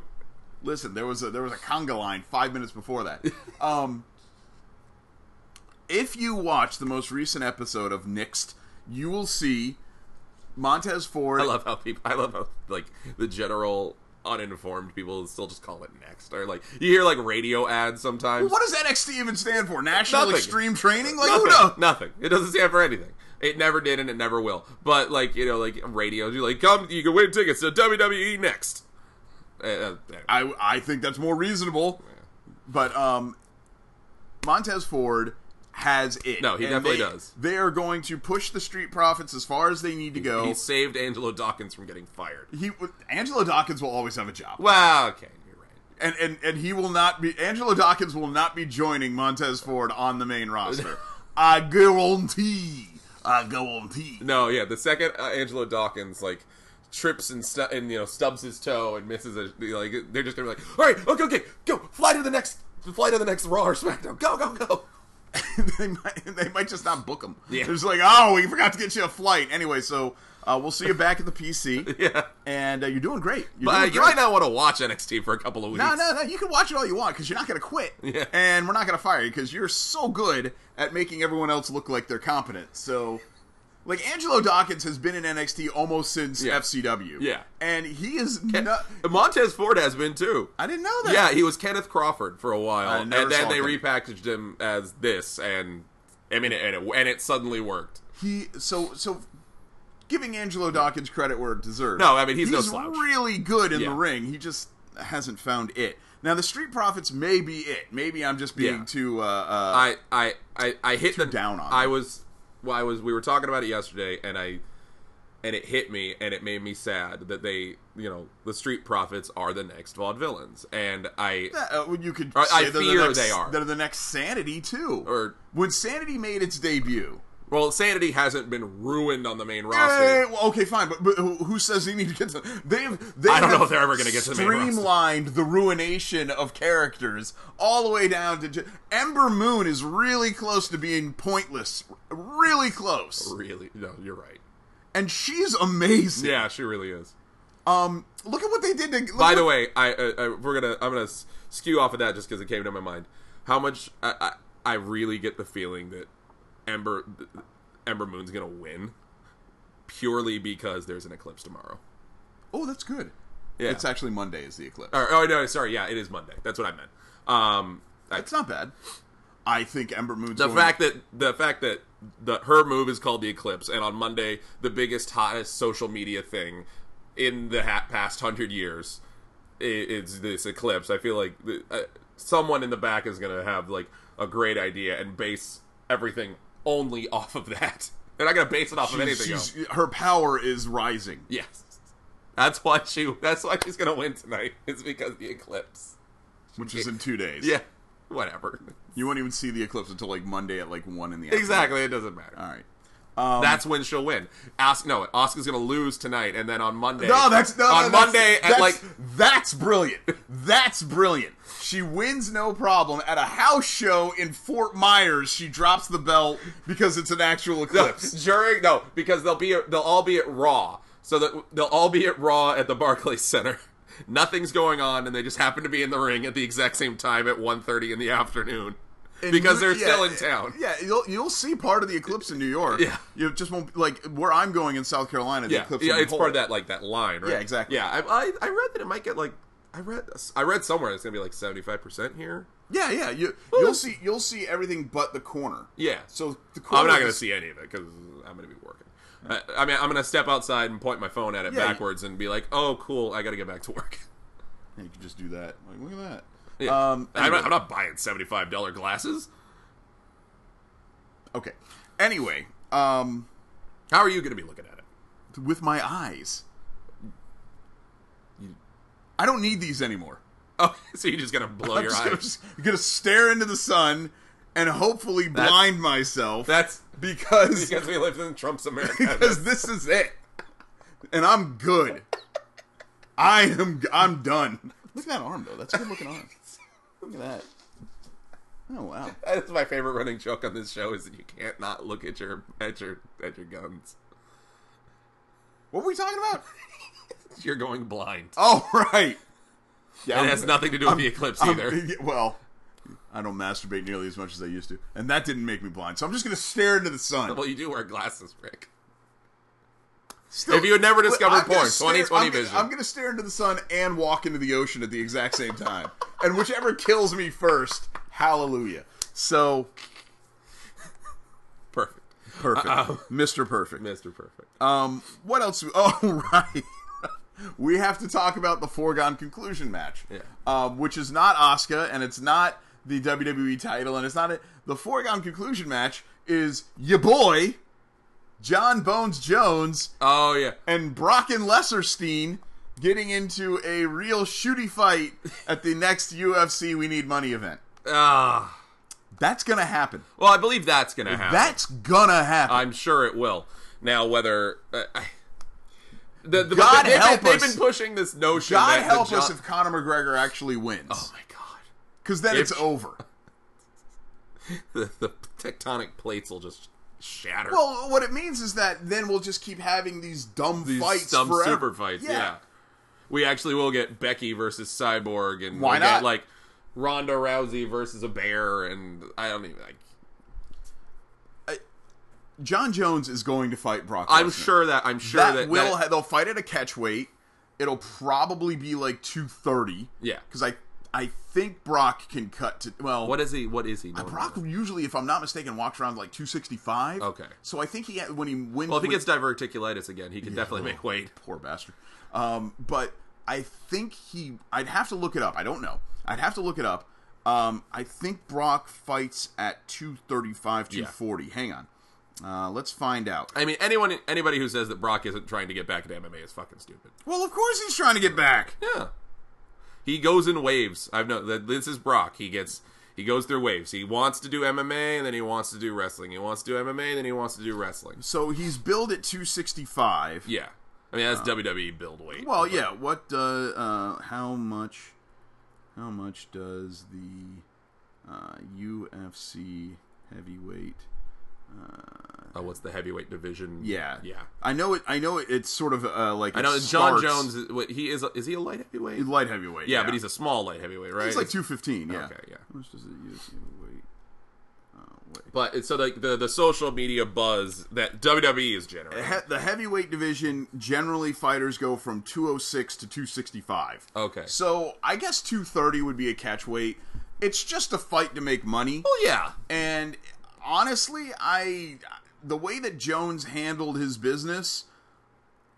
Listen, there was a there was a conga line five minutes before that. Um, if you watch the most recent episode of Nixed, you will see Montez Ford. I love how people. I love how like the general uninformed people still just call it next or like you hear like radio ads sometimes. what does NXT even stand for? National Nothing. Extreme Training? Like nothing, who knows? nothing. It doesn't stand for anything. It never did and it never will. But like you know, like radio, you like come, you can win tickets to WWE next. Uh, uh, anyway. I, I think that's more reasonable. But um, Montez Ford has it. No, he And definitely they- does. They are going to push the Street Profits as far as they need to go. He saved Angelo Dawkins from getting fired. he Angelo Dawkins will always have a job, Well, okay, you're right. and and and he will not be Angelo Dawkins will not be joining Montez Ford on the main roster. I guarantee. I guarantee. No, yeah, the second uh, Angelo Dawkins like trips and stu- and you know stubs his toe and misses a like they're just gonna be like, all right, okay, okay, go fly to the next fly to the next Raw or SmackDown, go, go, go. they might they might just not book him. Yeah. They're just like, oh, we forgot to get you a flight. Anyway, so uh, we'll see you back at the PC. Yeah. and uh, you're doing great. You're But uh, doing you great. might not want to watch NXT for a couple of weeks. No, no, no. You can watch it all you want because you're not going to quit. Yeah. And we're not going to fire you because you're so good at making everyone else look like they're competent. So, like, Angelo Dawkins has been in NXT almost since Yeah. FCW. Yeah. And he is. No, Montez Ford has been too. I didn't know that. Yeah, he was Kenneth Crawford for a I while, and never then saw they him. repackaged him as this, and I mean, and it, and it suddenly worked. He. So, so. Giving Angelo Dawkins credit where it deserves. No, I mean, he's he's no slouch. really good in the Yeah. ring. He just hasn't found it. Now, the Street Profits may be it. Maybe I'm just being Yeah. too. Uh, uh, I I I, I hit the down on I it. was well, I was we were talking about it yesterday, and I and it hit me, and it made me sad that they you know the street profits are the next vaudevillains, and I Uh, well, you could. Or I say they're the fear next- they are. They're the next Sanity too. Or- when Sanity made its debut. well sanity hasn't been ruined on the main Eh, roster. well, okay, fine, but, but who who says they need to get to? They've. They I don't have know if they're ever gonna get to the main roster. Streamlined the ruination of characters all the way down to ju- Ember Moon is really close to being pointless, really close, Really, no, you're right. and she's amazing. Yeah, she really is. Um, look at what they did. To, look By at the way, I, I, I we're gonna I'm gonna s- skew off of that just because it came to my mind. How much I, I I really get the feeling that Ember Ember Moon's gonna win purely because there's an eclipse tomorrow. Oh, that's good. Yeah. It's actually Monday is the eclipse. Or, oh no, sorry, yeah, it is Monday. That's what I meant. Um, I- It's not bad. I think Ember Moon's the going- fact that the fact that the her move is called the eclipse, and on Monday, the biggest hottest social media thing in the ha- past hundred years i- is this eclipse. I feel like the, uh, someone in the back is gonna have like a great idea and base everything only off of that. They're not gonna base it off of anything else. she's, her power is rising. Yes, that's why she. That's why she's gonna win tonight. It's because the eclipse. which is in two days. Yeah, whatever. you won't even see the eclipse until like Monday at like one in the afternoon. Exactly, it doesn't matter. All right. Um, that's when she'll win. Ask no, Oscar's gonna lose tonight, and then on Monday. No, that's no, no, on that's- Monday That's, at like that's brilliant. That's brilliant. She wins no problem at a house show in Fort Myers. She drops the belt because it's an actual no, eclipse. during no because they'll be they'll all be at Raw, so that they'll all be at Raw at the Barclays Center. Nothing's going on, and they just happen to be in the ring at the exact same time at 1.30 in the afternoon And because you- they're yeah, still in town. Yeah, you'll you'll see part of the eclipse in New York. Yeah. you just won't like where I'm going in South Carolina. The Yeah, eclipse. yeah, will be it's whole. part of that like that line, right? Yeah, exactly. Yeah, I, I, I read that it might get like I read I read somewhere it's gonna be like seventy five percent here. Yeah, yeah. You you'll see you'll see everything but the corner. Yeah, So the corner. I'm not going to is- see any of it because I'm going to be working. I, I mean, I'm going to step outside and point my phone at it Yeah, you- backwards and be like, "Oh, cool! I got to get back to work." Yeah, you can just do that. Like, look at that. Yeah. Um, I'm, anyway. not, I'm not buying seventy five dollar glasses. Okay. Anyway, um, How are you going to be looking at it? with my eyes, I don't need these anymore. Oh, so you're just going to blow I'm your just eyes? gonna, just gonna stare into the sun and hopefully blind myself That's because because we live in Trump's America. because this is it, and I'm good. I am. I'm done. Look at that arm though. That's a good looking arm. Look at that. Oh wow. That's my favorite running joke on this show is that you can't not look at your at your at your guns. What were we talking about? You're going blind. Oh right. Yeah. it I'm- has nothing to do with the eclipse I'm- either. yeah, well, I don't masturbate nearly as much as I used to, and that didn't make me blind. So I'm just gonna stare into the sun. Well, you do wear glasses, Rick. Still- if you had never But discovered I'm gonna porn, stare- 20/20 I'm gonna- vision. I'm gonna stare into the sun and walk into the ocean at the exact same time, and whichever kills me first, hallelujah. So Perfect, Uh, perfect, Mr. Perfect. Mister Perfect. Um, what else? Oh, right. we have to talk about the foregone conclusion match, Yeah. um, which is not Asuka, and it's not the WWE title, and it's not it. The foregone conclusion match is your boy, John Bones Jones, oh yeah, and Brocken Lesserstein getting into a real shooty fight at the next UFC We Need Money event. ah. That's gonna happen. Well, I believe that's going to happen. That's gonna happen. I'm sure it will. Now, whether uh, I, the, the God they, they've help been, us. They've been pushing this notion. God that the help jo- us if Conor McGregor actually wins. Oh my god, Because then If- it's over. the, the tectonic plates will just shatter. Well, what it means is that then we'll just keep having these dumb These fights dumb forever. super fights. Yeah. we actually will get Becky versus Cyborg, and Why we'll not? Get, like Ronda Rousey versus a bear, and I don't even. Like, John Jones is going to fight Brock. I'm Lesnar. sure that I'm sure that, that, will that- ha- they'll fight at a catch weight. It'll probably be like 230. Yeah. because I I think Brock can cut to well. what is he? What is he? normally? Brock usually, if I'm not mistaken, walks around like 265. Okay. so I think he when he wins. well, if he when- gets diverticulitis again, he can definitely make weight. poor bastard. Um, but I think he. I'd have to look it up. I don't know. I'd have to look it up. Um, I think Brock fights at 235, 240. Hang on. Uh, let's find out. I mean, anyone, anybody who says that Brock isn't trying to get back into MMA is fucking stupid. Well, of course he's trying to get back. Yeah, he goes in waves. I've no. that- This is Brock. He gets. He goes through waves. He wants to do MMA, and then he wants to do wrestling. He wants to do MMA, and then he wants to do wrestling. So he's billed at 265. Yeah, I mean that's E WWE build weight. Um, Well, yeah. What? Uh, uh, how much? How much does the uh, UFC heavyweight Uh, what's the heavyweight division? Yeah, yeah. I know it. I know it, it's sort of uh, like I it know John starts- Jones. is- What he is? Is he a light heavyweight? he's light heavyweight. yeah, but he's a small light heavyweight, right? he's like two fifteen. Yeah. Okay, yeah. How much does it use? Wait. Uh, wait. But it's so like the the social media buzz that WWE is generating. he- the heavyweight division generally fighters go from 206 to 265. Okay. So I guess 230 would be a catch weight. It's just a fight to make money. Well, yeah, And honestly, I the way that Jones handled his business,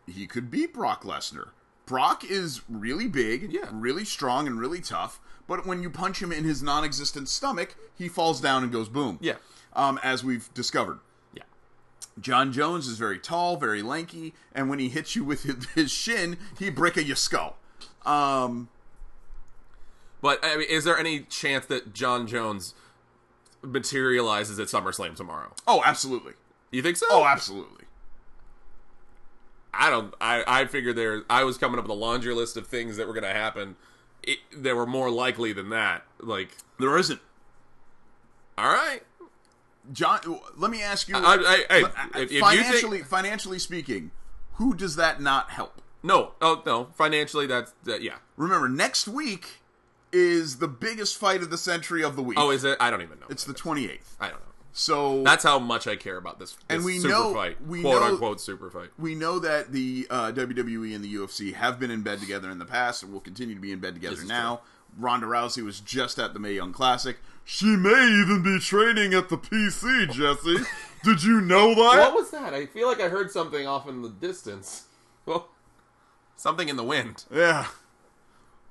he could beat Brock Lesnar. Brock is really big, Yeah. really strong and really tough, but when you punch him in his non-existent stomach, he falls down and goes boom. Yeah. Um, as we've discovered. yeah. John Jones is very tall, very lanky, and when he hits you with his- his shin, he brick a your skull. Um, But I mean, is there any chance that John Jones materializes at SummerSlam tomorrow? oh, absolutely. You think so? Oh, absolutely. I don't. I I figured there. I was coming up with a laundry list of things that were going to happen. It, that were more likely than that. Like, There isn't. all right, John, let me ask you. I, I, I, Uh, if, if you financially, think financially speaking, who does that not help? no, oh no, financially that's that, yeah. Remember, next week is the biggest fight of the century of the week. Oh, is it? I don't even know. it's the 28th. I don't know. So That's how much I care about this. this And we super know- fight, we quote know- unquote super fight. we know that the uh, WWE and the UFC have been in bed together in the past and will continue to be in bed together This is now. Ronda Rousey was just at the Mae Young Classic. She may even be training at the PC, Jesse. Did you know that? What was that? I feel like I heard something off in the distance. Well, something in the wind. Yeah.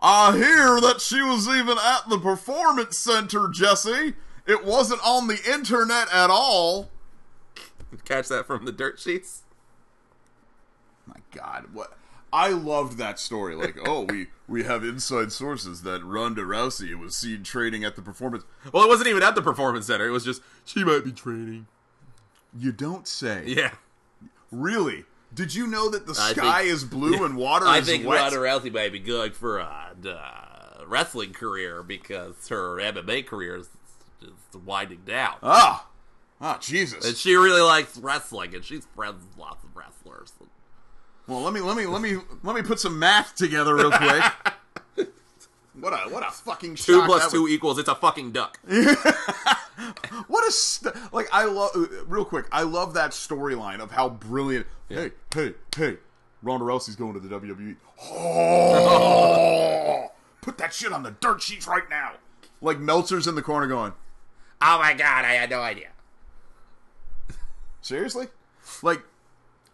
I hear that she was even at the performance center, Jesse. It wasn't on the internet at all. Catch that from the dirt sheets. My God, what? I loved that story. Like, oh, we we have inside sources that Ronda Rousey was seen training at the performance. Well, it wasn't even at the performance center. It was just she might be training. You don't say. Yeah. Really? Did you know that the I sky think- is blue and water I is think wet? Ronda Rousey might be going for a uh, wrestling career because her MMA career is, is winding down. ah, ah, and Jesus. she really likes wrestling, and she's friends with lots of wrestlers. Well, let me let me let me let me put some math together real quick. what a what a fucking Two shock plus that two was- equals it's a fucking duck. What a st- like I love real quick. I love that storyline of how brilliant. Hey, hey, hey! Ronda Rousey's going to the WWE. Oh, put that shit on the dirt sheets right now. Like Meltzer's in the corner going, Oh my god, I had no idea. seriously? Like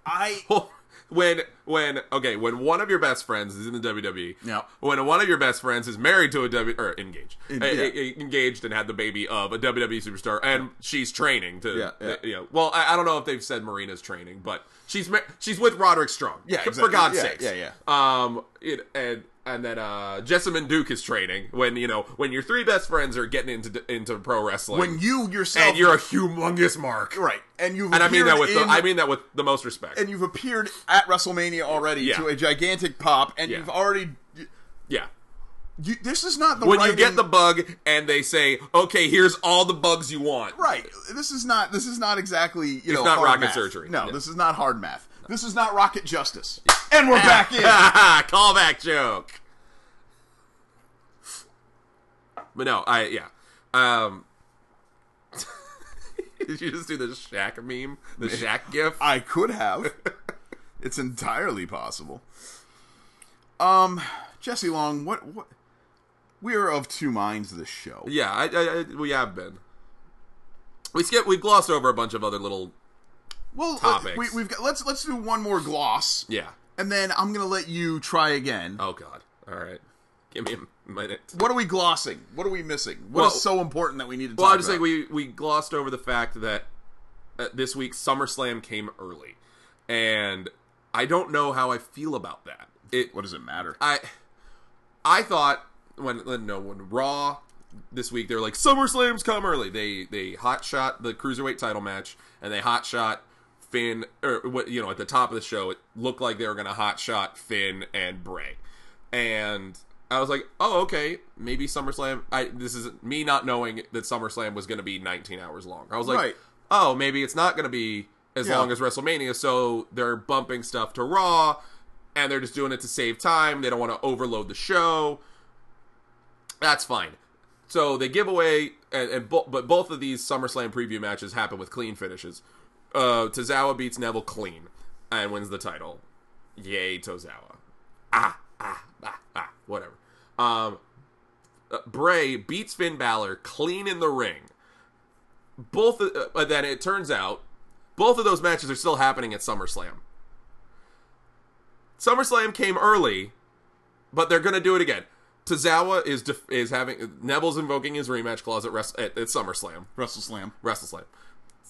I when when okay when one of your best friends is in the WWE. Yeah. When one of your best friends is married to a W or engaged, En- Uh, yeah. e- engaged and had the baby of a WWE superstar, and she's training to. Yeah, yeah. you know, well, I, I don't know if they've said Marina's training, but she's mar- she's with Roderick Strong. Yeah, for exactly. God's Yeah, sakes. yeah, yeah. Um, it, and and then uh, Jessamine Duke is training when you know when your three best friends are getting into into pro wrestling. when you yourself and you're a humongous mark, right, and you and I mean that with the, I mean that with the most respect. and you've appeared at WrestleMania already Yeah. to a gigantic pop, and Yeah. you've already. yeah. You, this is not the when you writing- get the bug and they say, "Okay, here's all the bugs you want." right. This is not. This is not exactly. You know, not hard rocket math. surgery. No, No. this is not hard math. This is not rocket justice. And we're back in. Callback joke. But no, I yeah. Um Did you just do the Shaq meme? The Shaq gif? I could have. it's entirely possible. Um, Jesse Long, what what? We are of two minds. This show. yeah, I, I, I we have been. We skip we glossed over a bunch of other little Well, Topics. We, we've got. Let's let's do one more gloss. yeah. And then I'm gonna let you try again. Oh god. All right. Give me a minute. What are we glossing? What are we missing? What is Well- so important that we need to talk Well, I'm just about? saying we we glossed over the fact that uh, this week SummerSlam came early, and I don't know how I feel about that. It what does it matter? I I thought when when- no when Raw this week they were like SummerSlam's come early. They they hot shot the cruiserweight title match and they hot shot Finn or what you know at the top of the show it looked like they were gonna hot shot Finn and Bray and. I was like, oh, okay, maybe SummerSlam. I this is me not knowing that SummerSlam was going to be 19 hours long. I was like, Right. oh, maybe it's not going to be as Yeah. long as WrestleMania, so they're bumping stuff to Raw, and they're just doing it to save time. They don't want to overload the show. That's fine. So they give away, and, and bo- but both of these SummerSlam preview matches happen with clean finishes. Uh, Tozawa beats Neville clean and wins the title. Yay, Tozawa! Ah, ah, ah, ah, whatever. Um, uh, Bray beats Finn Balor clean in the ring. Both, of- uh, but then it turns out both of those matches are still happening at SummerSlam. SummerSlam came early, but they're going to do it again. Tozawa is def- is having Neville's invoking his rematch clause at, Wrest- at, at SummerSlam, WrestleSlam. WrestleSlam,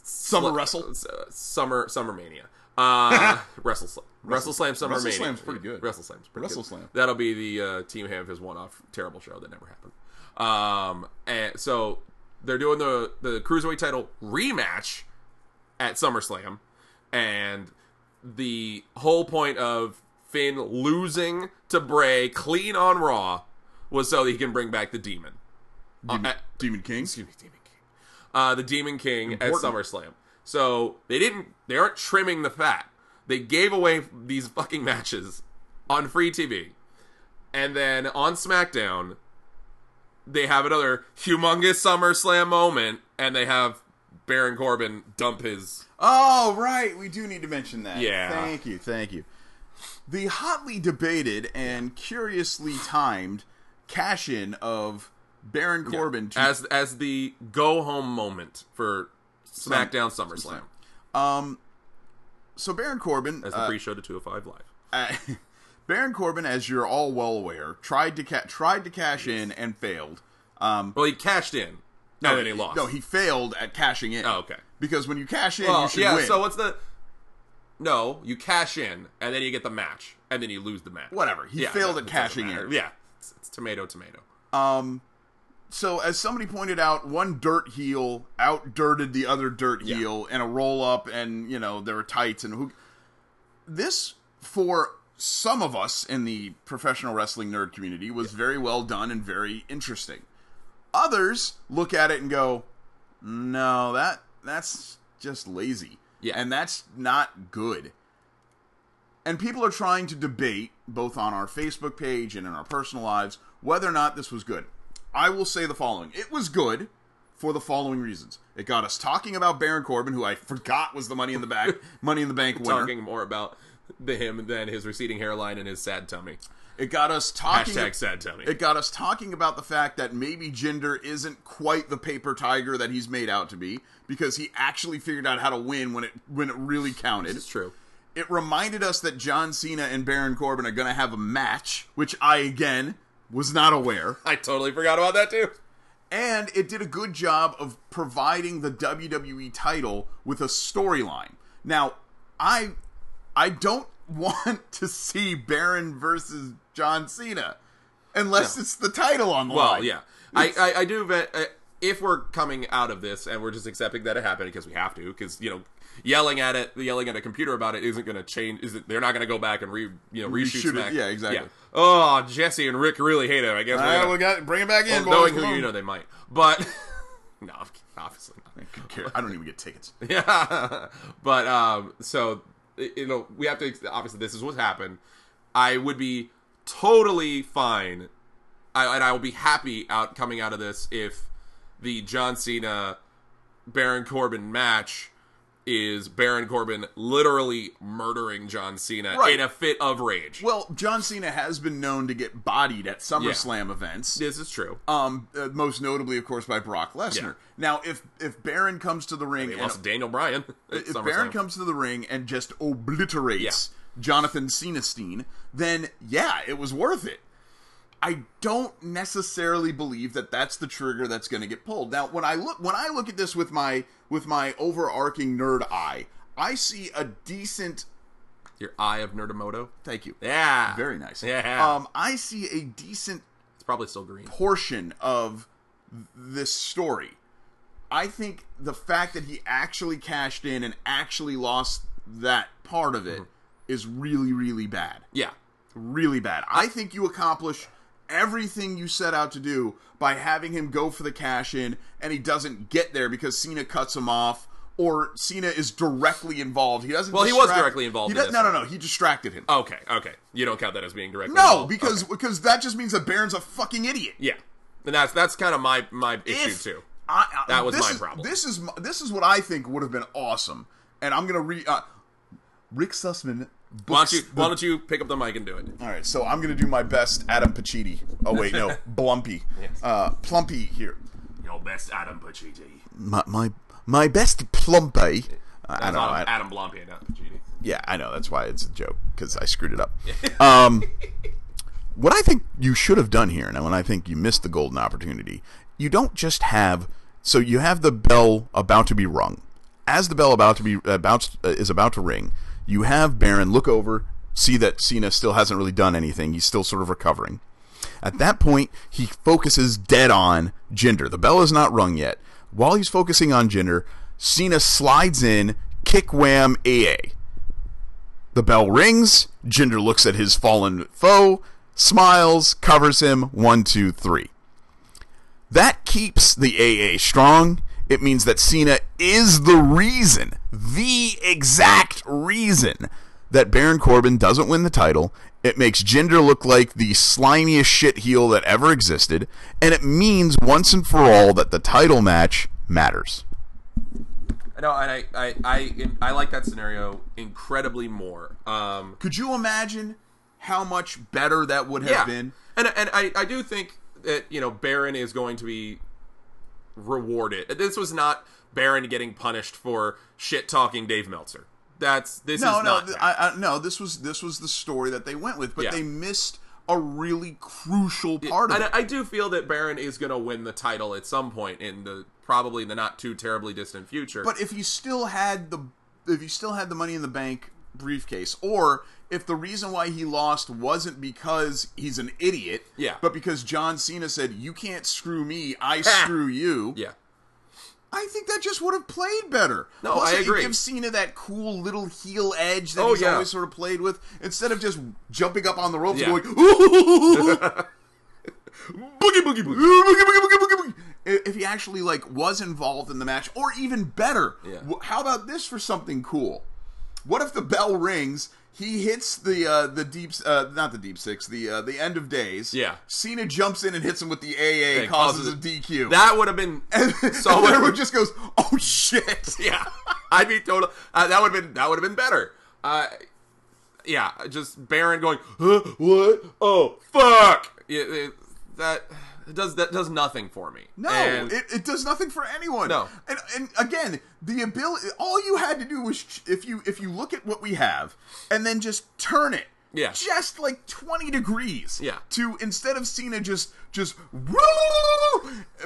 Summer Wrestle. uh, Summer Summer Mania, uh, WrestleSlam, WrestleSlam Summer Mania. WrestleSlam's pretty good. WrestleSlam's pretty good. WrestleSlam. That'll be the uh, Team Hamfist one-off terrible show that never happened. Um, and so they're doing the the cruiserweight title rematch at SummerSlam, and the whole point of Finn losing to Bray clean on Raw was so that he can bring back the Demon. Demon, uh, Demon King. Excuse me, Demon King. Uh, the Demon King at Important. SummerSlam. So they didn't. They aren't trimming the fat. They gave away these fucking matches on free TV, and then on SmackDown, they have another humongous SummerSlam moment, and they have Baron Corbin dump his. Oh, right. We do need to mention that. Yeah. Thank you. Thank you. The hotly debated and curiously timed cash in of Baron Corbin to as as the go home moment for SmackDown SummerSlam Um, so Baron Corbin, as the uh, pre-show to 205 Live. uh, Baron Corbin, as you're all well aware, tried to ca- tried to cash in and failed. Um, Well, he cashed in. No, then he lost. No, he failed at cashing in. Oh, okay. Because when you cash in, Well, you should yeah. win. So what's the? No, you cash in, and then you get the match, and then you lose the match. Whatever. He Yeah, failed at no, it doesn't cashing matter. in. Yeah, it's, it's tomato, tomato. Um, so as somebody pointed out, one dirt heel out dirted the other dirt Yeah. heel in a roll up, and you know there were tights and who. This for some of us in the professional wrestling nerd community was very well done and very interesting. Others look at it and go, "No, that that's just lazy, Yeah. and that's not good." And people are trying to debate, both on our Facebook page and in our personal lives, whether or not this was good. I will say the following it was good for the following reasons. It got us talking about Baron Corbin, who I forgot was the Money in the Back, Money in the Bank winner. Talking more about the him than his receding hairline and his sad tummy. It got us talking. Hashtag sad tummy. It got us talking about the fact that maybe Jinder isn't quite the paper tiger that he's made out to be because he actually figured out how to win when it when it really counted. it's true. It reminded us that John Cena and Baron Corbin are going to have a match, which I again was not aware. I totally forgot about that too. And it did a good job of providing the WWE title with a storyline. Now, I I don't want to see Baron versus John Cena unless it's the title on the Well, line. Oh, yeah, I, I, I do. Vet, uh, if we're coming out of this and we're just accepting that it happened because we have to, because you know, yelling at it, yelling at a computer about it isn't going to change. Is it, they're not going to go back and re, you know, Reshoot reshoot, it, Smack- yeah, exactly. Oh, Jesse and Rick really hate it. I guess. we're All right, gonna- we got bring it back in. well, knowing boys. who you know, they might. But no, obviously not. Who cares? I don't even get tickets. Yeah, but um, so y- you know, we have to obviously this is what happened. I would be totally fine, I, and I will be happy out coming out of this if the John Cena Baron Corbin match is Baron Corbin literally murdering John Cena Right. in a fit of rage. Well, John Cena has been known to get bodied at SummerSlam events. this is true. Um, uh, most notably, of course, by Brock Lesnar. Yeah. Now, if if Baron comes to the ring, They and- lost to Daniel Bryan. at if Baron SummerSlam. comes to the ring and just obliterates Jonathan Cenestein, then yeah, it was worth it. I don't necessarily believe that that's the trigger that's going to get pulled. Now, when I look when I look at this with my with my overarching nerd eye, I see a decent your Eye of Nerdamoto. thank you. Yeah, Very nice. Yeah, Um, I see a decent it's probably still green. portion of this story. I think the fact that he actually cashed in and actually lost that part of Mm-hmm. it is really, really bad. Yeah, Really bad. I think you accomplish everything you set out to do by having him go for the cash in and he doesn't get there because Cena cuts him off or Cena is directly involved. He doesn't. Well, he was distract- directly involved He in does, this Uh, no, no, one. no. He distracted him. Okay, okay. You don't count that as being directly no, involved. because because that just means that Baron's a fucking idiot. Yeah, and that's that's kind of my my issue If- too. I, I- That was this my is- problem. This is my- this is what I think would have been awesome, and I'm gonna re. Uh, Rick Sussman. Why don't you books the- Why don't you pick up the mic and do it? All right, so I'm gonna do my best, Adam Pacitti. Oh wait, no, Blumpy, uh, Plumpy here. Your best Adam Pachiti. My my my best Plumpy. I, I That's don't know. Adam, I- Adam Blompier, not Pachiti. Yeah, I know. That's why it's a joke because I screwed it up. um, what I think you should have done here, and when I think you missed the golden opportunity, you don't just have. So you have the bell about to be rung. As the bell about to be about uh, is about to ring, you have Baron look over, see that Cena still hasn't really done anything. He's still sort of recovering. At that point, he focuses dead on Jinder. The bell is not rung yet. While he's focusing on Jinder, Cena slides in, kick wham, AA. The bell rings. Jinder looks at his fallen foe, smiles, covers him. One, two, three. That keeps the AA strong. It means that Cena is the reason, the exact reason that Baron Corbin doesn't win the title. It makes Jinder look like the slimiest shit heel that ever existed. And it means once and for all that the title match matters. No, and I I I, I like that scenario incredibly more. Um, Could you imagine how much better that would have yeah, and and I I do think that you know Baron is going to be rewarded. This was not Baron getting punished for shit talking Dave Meltzer. That's this no, is no, not. th- that. I, I, no. This was this was the story that they went with, but Yeah. they missed a really crucial part of And it. I, I do feel that Baron is going to win the title at some point in the probably the not too terribly distant future. But if you still had the if you still had the money in the bank briefcase, or if the reason why he lost wasn't because he's an idiot, Yeah. but because John Cena said you can't screw me, I screw you. yeah, I think that just would have played better. No, Plus, I agree. It gives Cena that cool little heel edge that Oh, he's yeah. always sort of played with, instead of just jumping up on the ropes Yeah. and going, "Ooh, boogie, boogie, boogie, boogie, boogie, boogie, boogie, boogie." I- If he actually like was involved in the match, or even better, Yeah. wh- how about this for something cool? What if the bell rings? He hits the uh, the deep uh, not the deep six the uh, the end of days. Yeah. Cena jumps in and hits him with the AA, Yeah, causes, causes a it- DQ. that would have been so and much- everyone just goes, "Oh shit!" yeah, I'd be total. Uh, that would have been that would have been better. Uh, yeah, just Baron going, huh, what? Oh, fuck! Yeah, it- that it does that does nothing for me. No, And- it, it does nothing for anyone. No. and, and again, the ability. All you had to do was ch- if you if you look at what we have, and then just turn it. Yeah. just like twenty degrees. Yeah. to instead of Cena just just,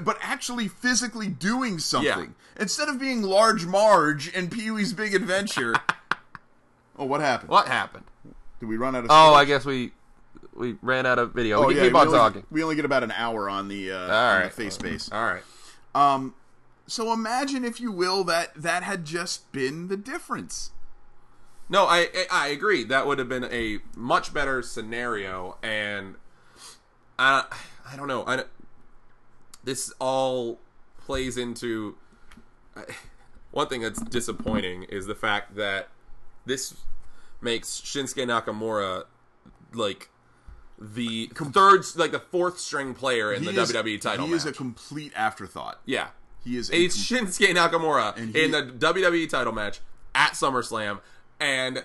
but actually physically doing something instead of being Large Marge in Pee Wee's Big Adventure. oh, what happened? what happened? Did we run out of? Oh, I guess we we ran out of video. we can keep on only, talking. Oh, We only get about an hour on the uh, on the right. face base. All right. Um, so imagine, if you will, that that had just been the difference. No, I I- I agree. That would have been a much better scenario, and I I don't know. I don't- this all plays into I- one thing that's disappointing is the fact that this makes Shinsuke Nakamura like the third, like the fourth string player in the is- WWE title He is a match. complete afterthought. yeah, He is. A it's com- Shinsuke Nakamura Mm-hmm. And he- in the WWE title match at SummerSlam, and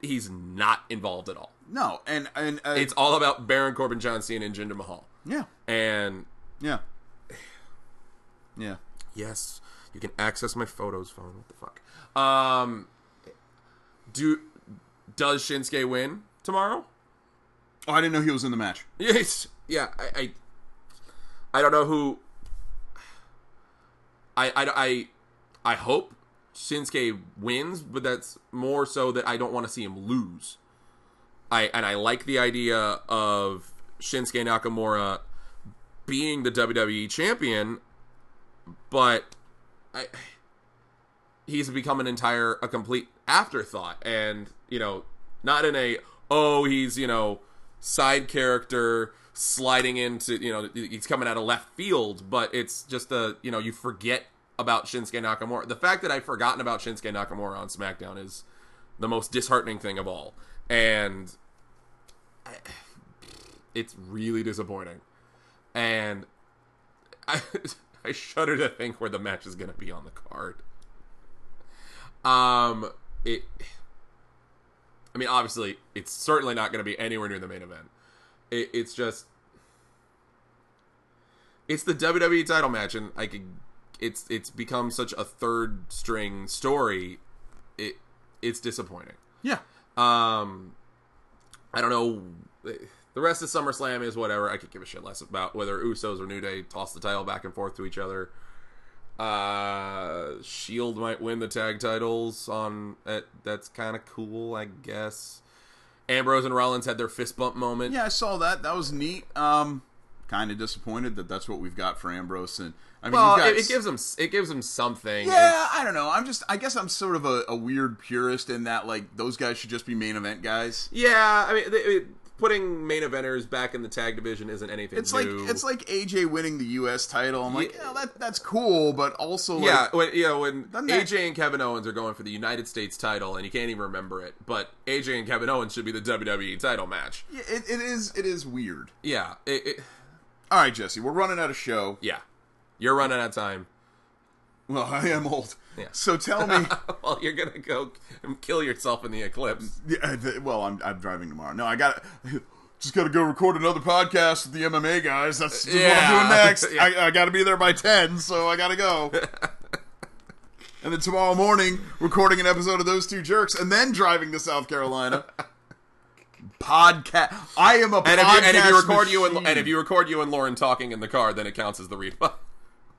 he's not involved at all. no, and and uh, It's all about Baron Corbin, John Cena, and Jinder Mahal. yeah, And yeah, yeah. yes, you can access my photos phone. What the fuck? Um, do does Shinsuke win tomorrow? Oh, I didn't know he was in the match. Yes. Yeah. I. I, I don't know who. I, I I I hope Shinsuke wins, but that's more so that I don't want to see him lose. I and I like the idea of Shinsuke Nakamura being the WWE champion, but I he's become an entire a complete afterthought and you know not in a oh he's you know side character sliding into you know he's coming out of left field but it's just a you know you forget about Shinsuke Nakamura. The fact that I've forgotten about Shinsuke Nakamura on SmackDown is the most disheartening thing of all, and I- it's really disappointing. And I, I shudder to think where the match is going to be on the card. Um, it. I mean, obviously, it's certainly not going to be anywhere near the main event. It, it's just, it's the WWE title match, and I could. It's it's become such a third string story. It it's disappointing. Yeah. Um, I don't know. The rest of SummerSlam is whatever. I could give a shit less about whether Usos or New Day toss the title back and forth to each other. Uh, Shield might win the tag titles on at, that's kind of cool, I guess. Ambrose and Rollins had their fist bump moment. Yeah, I saw that. That was neat. Um, kind of disappointed that that's what we've got for Ambrose. And I mean, well, you've got it, it gives them it gives them something. Yeah, I don't know. I'm just. I guess I'm sort of a, a weird purist in that like those guys should just be main event guys. yeah. I mean, they, it- putting main eventers back in the tag division isn't anything. It's new. like it's like AJ winning the U.S. title. I'm like, Yeah. yeah, that that's cool, but also like, Yeah, when, yeah, when Doesn't AJ that- and Kevin Owens are going for the United States title, and you can't even remember it, but AJ and Kevin Owens should be the WWE title match. yeah, it, it is it is weird. Yeah, it, it, All right, Jesse, we're running out of show. yeah, you're running out of time. Well, I am old. Yeah. So tell me. well, you're gonna go and kill yourself in the eclipse. Yeah, th- well, I'm I'm driving tomorrow. No, I got to just got to go record another podcast with the MMA guys. That's just what I'm Yeah. doing next. Yeah. I, I got to be there by ten, so I got to go. and then tomorrow morning, recording an episode of those two jerks, and then driving to South Carolina. Podcast. I am a And if, you, podcast and if you record you machine. and, and if you record you and Lauren talking in the car, then it counts as the replay.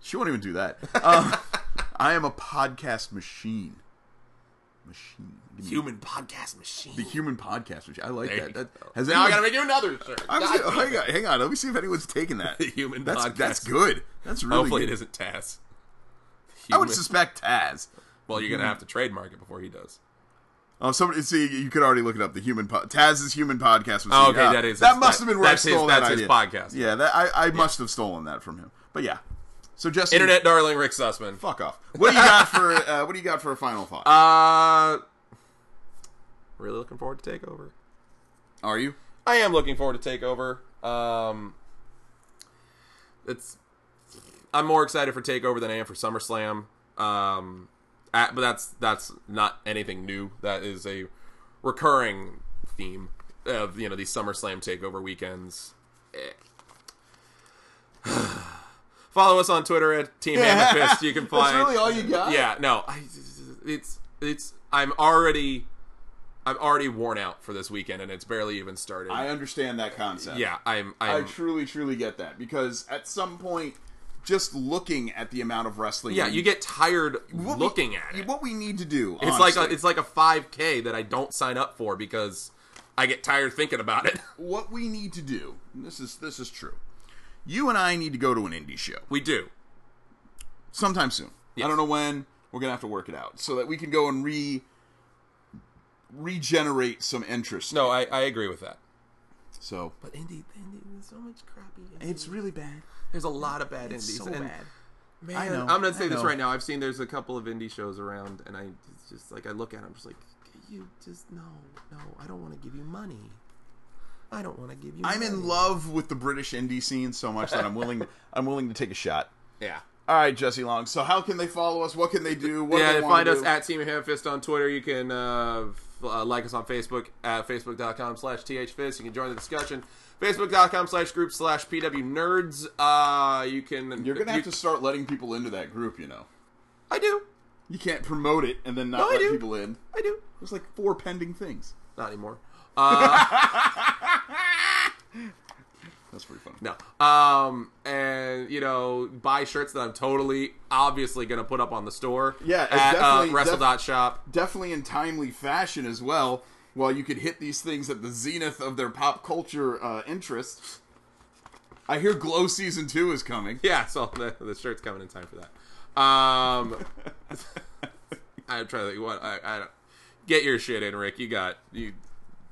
she won't even do that. Uh, I am a podcast machine. Machine. Give me Human podcast machine. The human podcast machine. I like There that. you that. go. Has now I anyone- gotta make you another shirt. I'm God gonna- hang, on, hang on. Let me see if anyone's taking that. The human that's podcast. that's good. That's really Hopefully good. it isn't Taz. I would Human- suspect Taz. well, you're gonna have to trademark it before he does. Oh, somebody. See, you could already look it up. The human po- Taz's human podcast. Was Oh, okay, yeah. that is that his- must that- have been where I that's his- stole that that's idea. his podcast. Yeah, that, I, I must have stolen that from him. But yeah. So Jesse, Internet darling Rick Sussman. fuck off. What do you got for uh, What do you got for a final thought? Uh, really looking forward to Takeover. Are you? I am looking forward to Takeover. Um, it's I'm more excited for Takeover than I am for SummerSlam. Um, at, but that's that's not anything new. That is a recurring theme of you know these SummerSlam Takeover weekends. Eh. Follow us on Twitter at Team Amethyst. You can That's find really all you got. yeah no I, it's it's i'm already i'm already worn out for this weekend and it's barely even started I understand that concept. yeah i'm I i'm truly, truly get that because at some point, just looking at the amount of wrestling, yeah you get tired what we- looking at it What we need to do, it's honestly, like a, it's like a 5k that i don't sign up for because i get tired thinking about it what we need to do. And this is this is true. You and I need to go to an indie show we do sometime soon. Yes. I don't know when. We're gonna have to work it out so that we can go and re regenerate some interest. no i i agree with that So but indie, indie there's so much crappy indie. it's really bad. there's a lot of bad indies so and bad. man I know, i'm gonna I say this know. right now i've seen there's a couple of indie shows around and i it's just like i look at them just like you just no no i don't want to give you money i don't want to give you I'm money. in love with the British indie scene so much that I'm willing I'm willing to take a shot. yeah All right, Jesse Long. So how can they follow us? What can they do? What yeah, do they they wanna find us do? at Team Hamfist on Twitter. You can uh, f- uh, like us on Facebook at facebook.com slash thfist. You can join the discussion. Facebook.com slash group slash PW nerds. Uh, you can. You're gonna have you- to start letting people into that group. You know, I do. you can't promote it and then not No, I let do. people in. I do. There's like four pending things. Not anymore. That's pretty funny. No. Um, and you know, buy shirts that I'm totally, obviously going to put up on the store. Yeah, it's at uh, definitely- Wrestle def- dot Shop. Definitely in timely fashion as well. While you could hit these things at the zenith of their pop culture uh, interest, I hear Glow season two is coming. Yeah, so the, the shirt's coming in time for that. Um, I'm trying to think. What I, I don't get your shit in, Rick. You got you.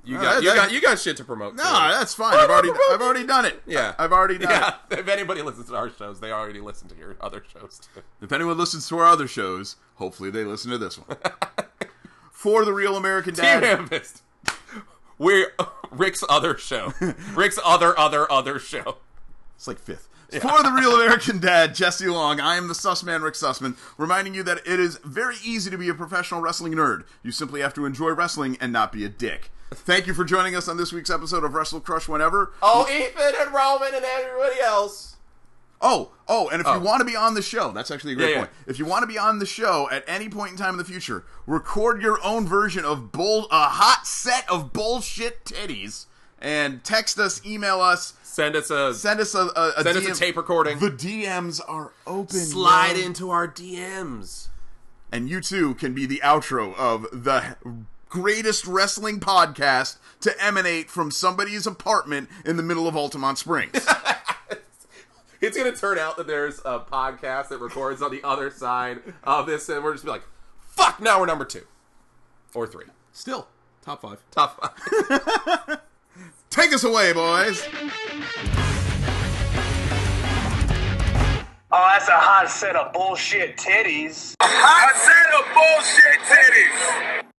You Uh, got you that- got you got shit to promote. No, today. that's fine. I've already I've already done it. Yeah. I've already done it. yeah. If anybody listens to our shows, they already listen to your other shows too. If anyone listens to our other shows, hopefully they listen to this one. For the real American Team dad, Amethyst. We're Rick's other show. Rick's other other other show. it's like fifth. For the real American dad, Jesse Long, I am the Sussman, Rick Sussman, reminding you that it is very easy to be a professional wrestling nerd. You simply have to enjoy wrestling and not be a dick. Thank you for joining us on this week's episode of Wrestle Crush Whenever. Oh, Ethan and Roman and everybody else. Oh, oh, and if you want to be on the show, that's actually a great Yeah, yeah. point. If you want to be on the show at any point in time in the future, record your own version of bull, a hot set of bullshit titties, and text us, email us, Send us a send us a, a, a Send us a tape recording. The DMs are open. slide yo. into our DMs. and you too can be the outro of the greatest wrestling podcast to emanate from somebody's apartment in the middle of Altamont Springs. It's gonna turn out that there's a podcast that records on the other side of this, and we're just be like, "Fuck!" Now we're number two or three. Still, top five. Top five. Take us away, boys. Oh, that's a hot set of bullshit titties. Hot set of bullshit titties.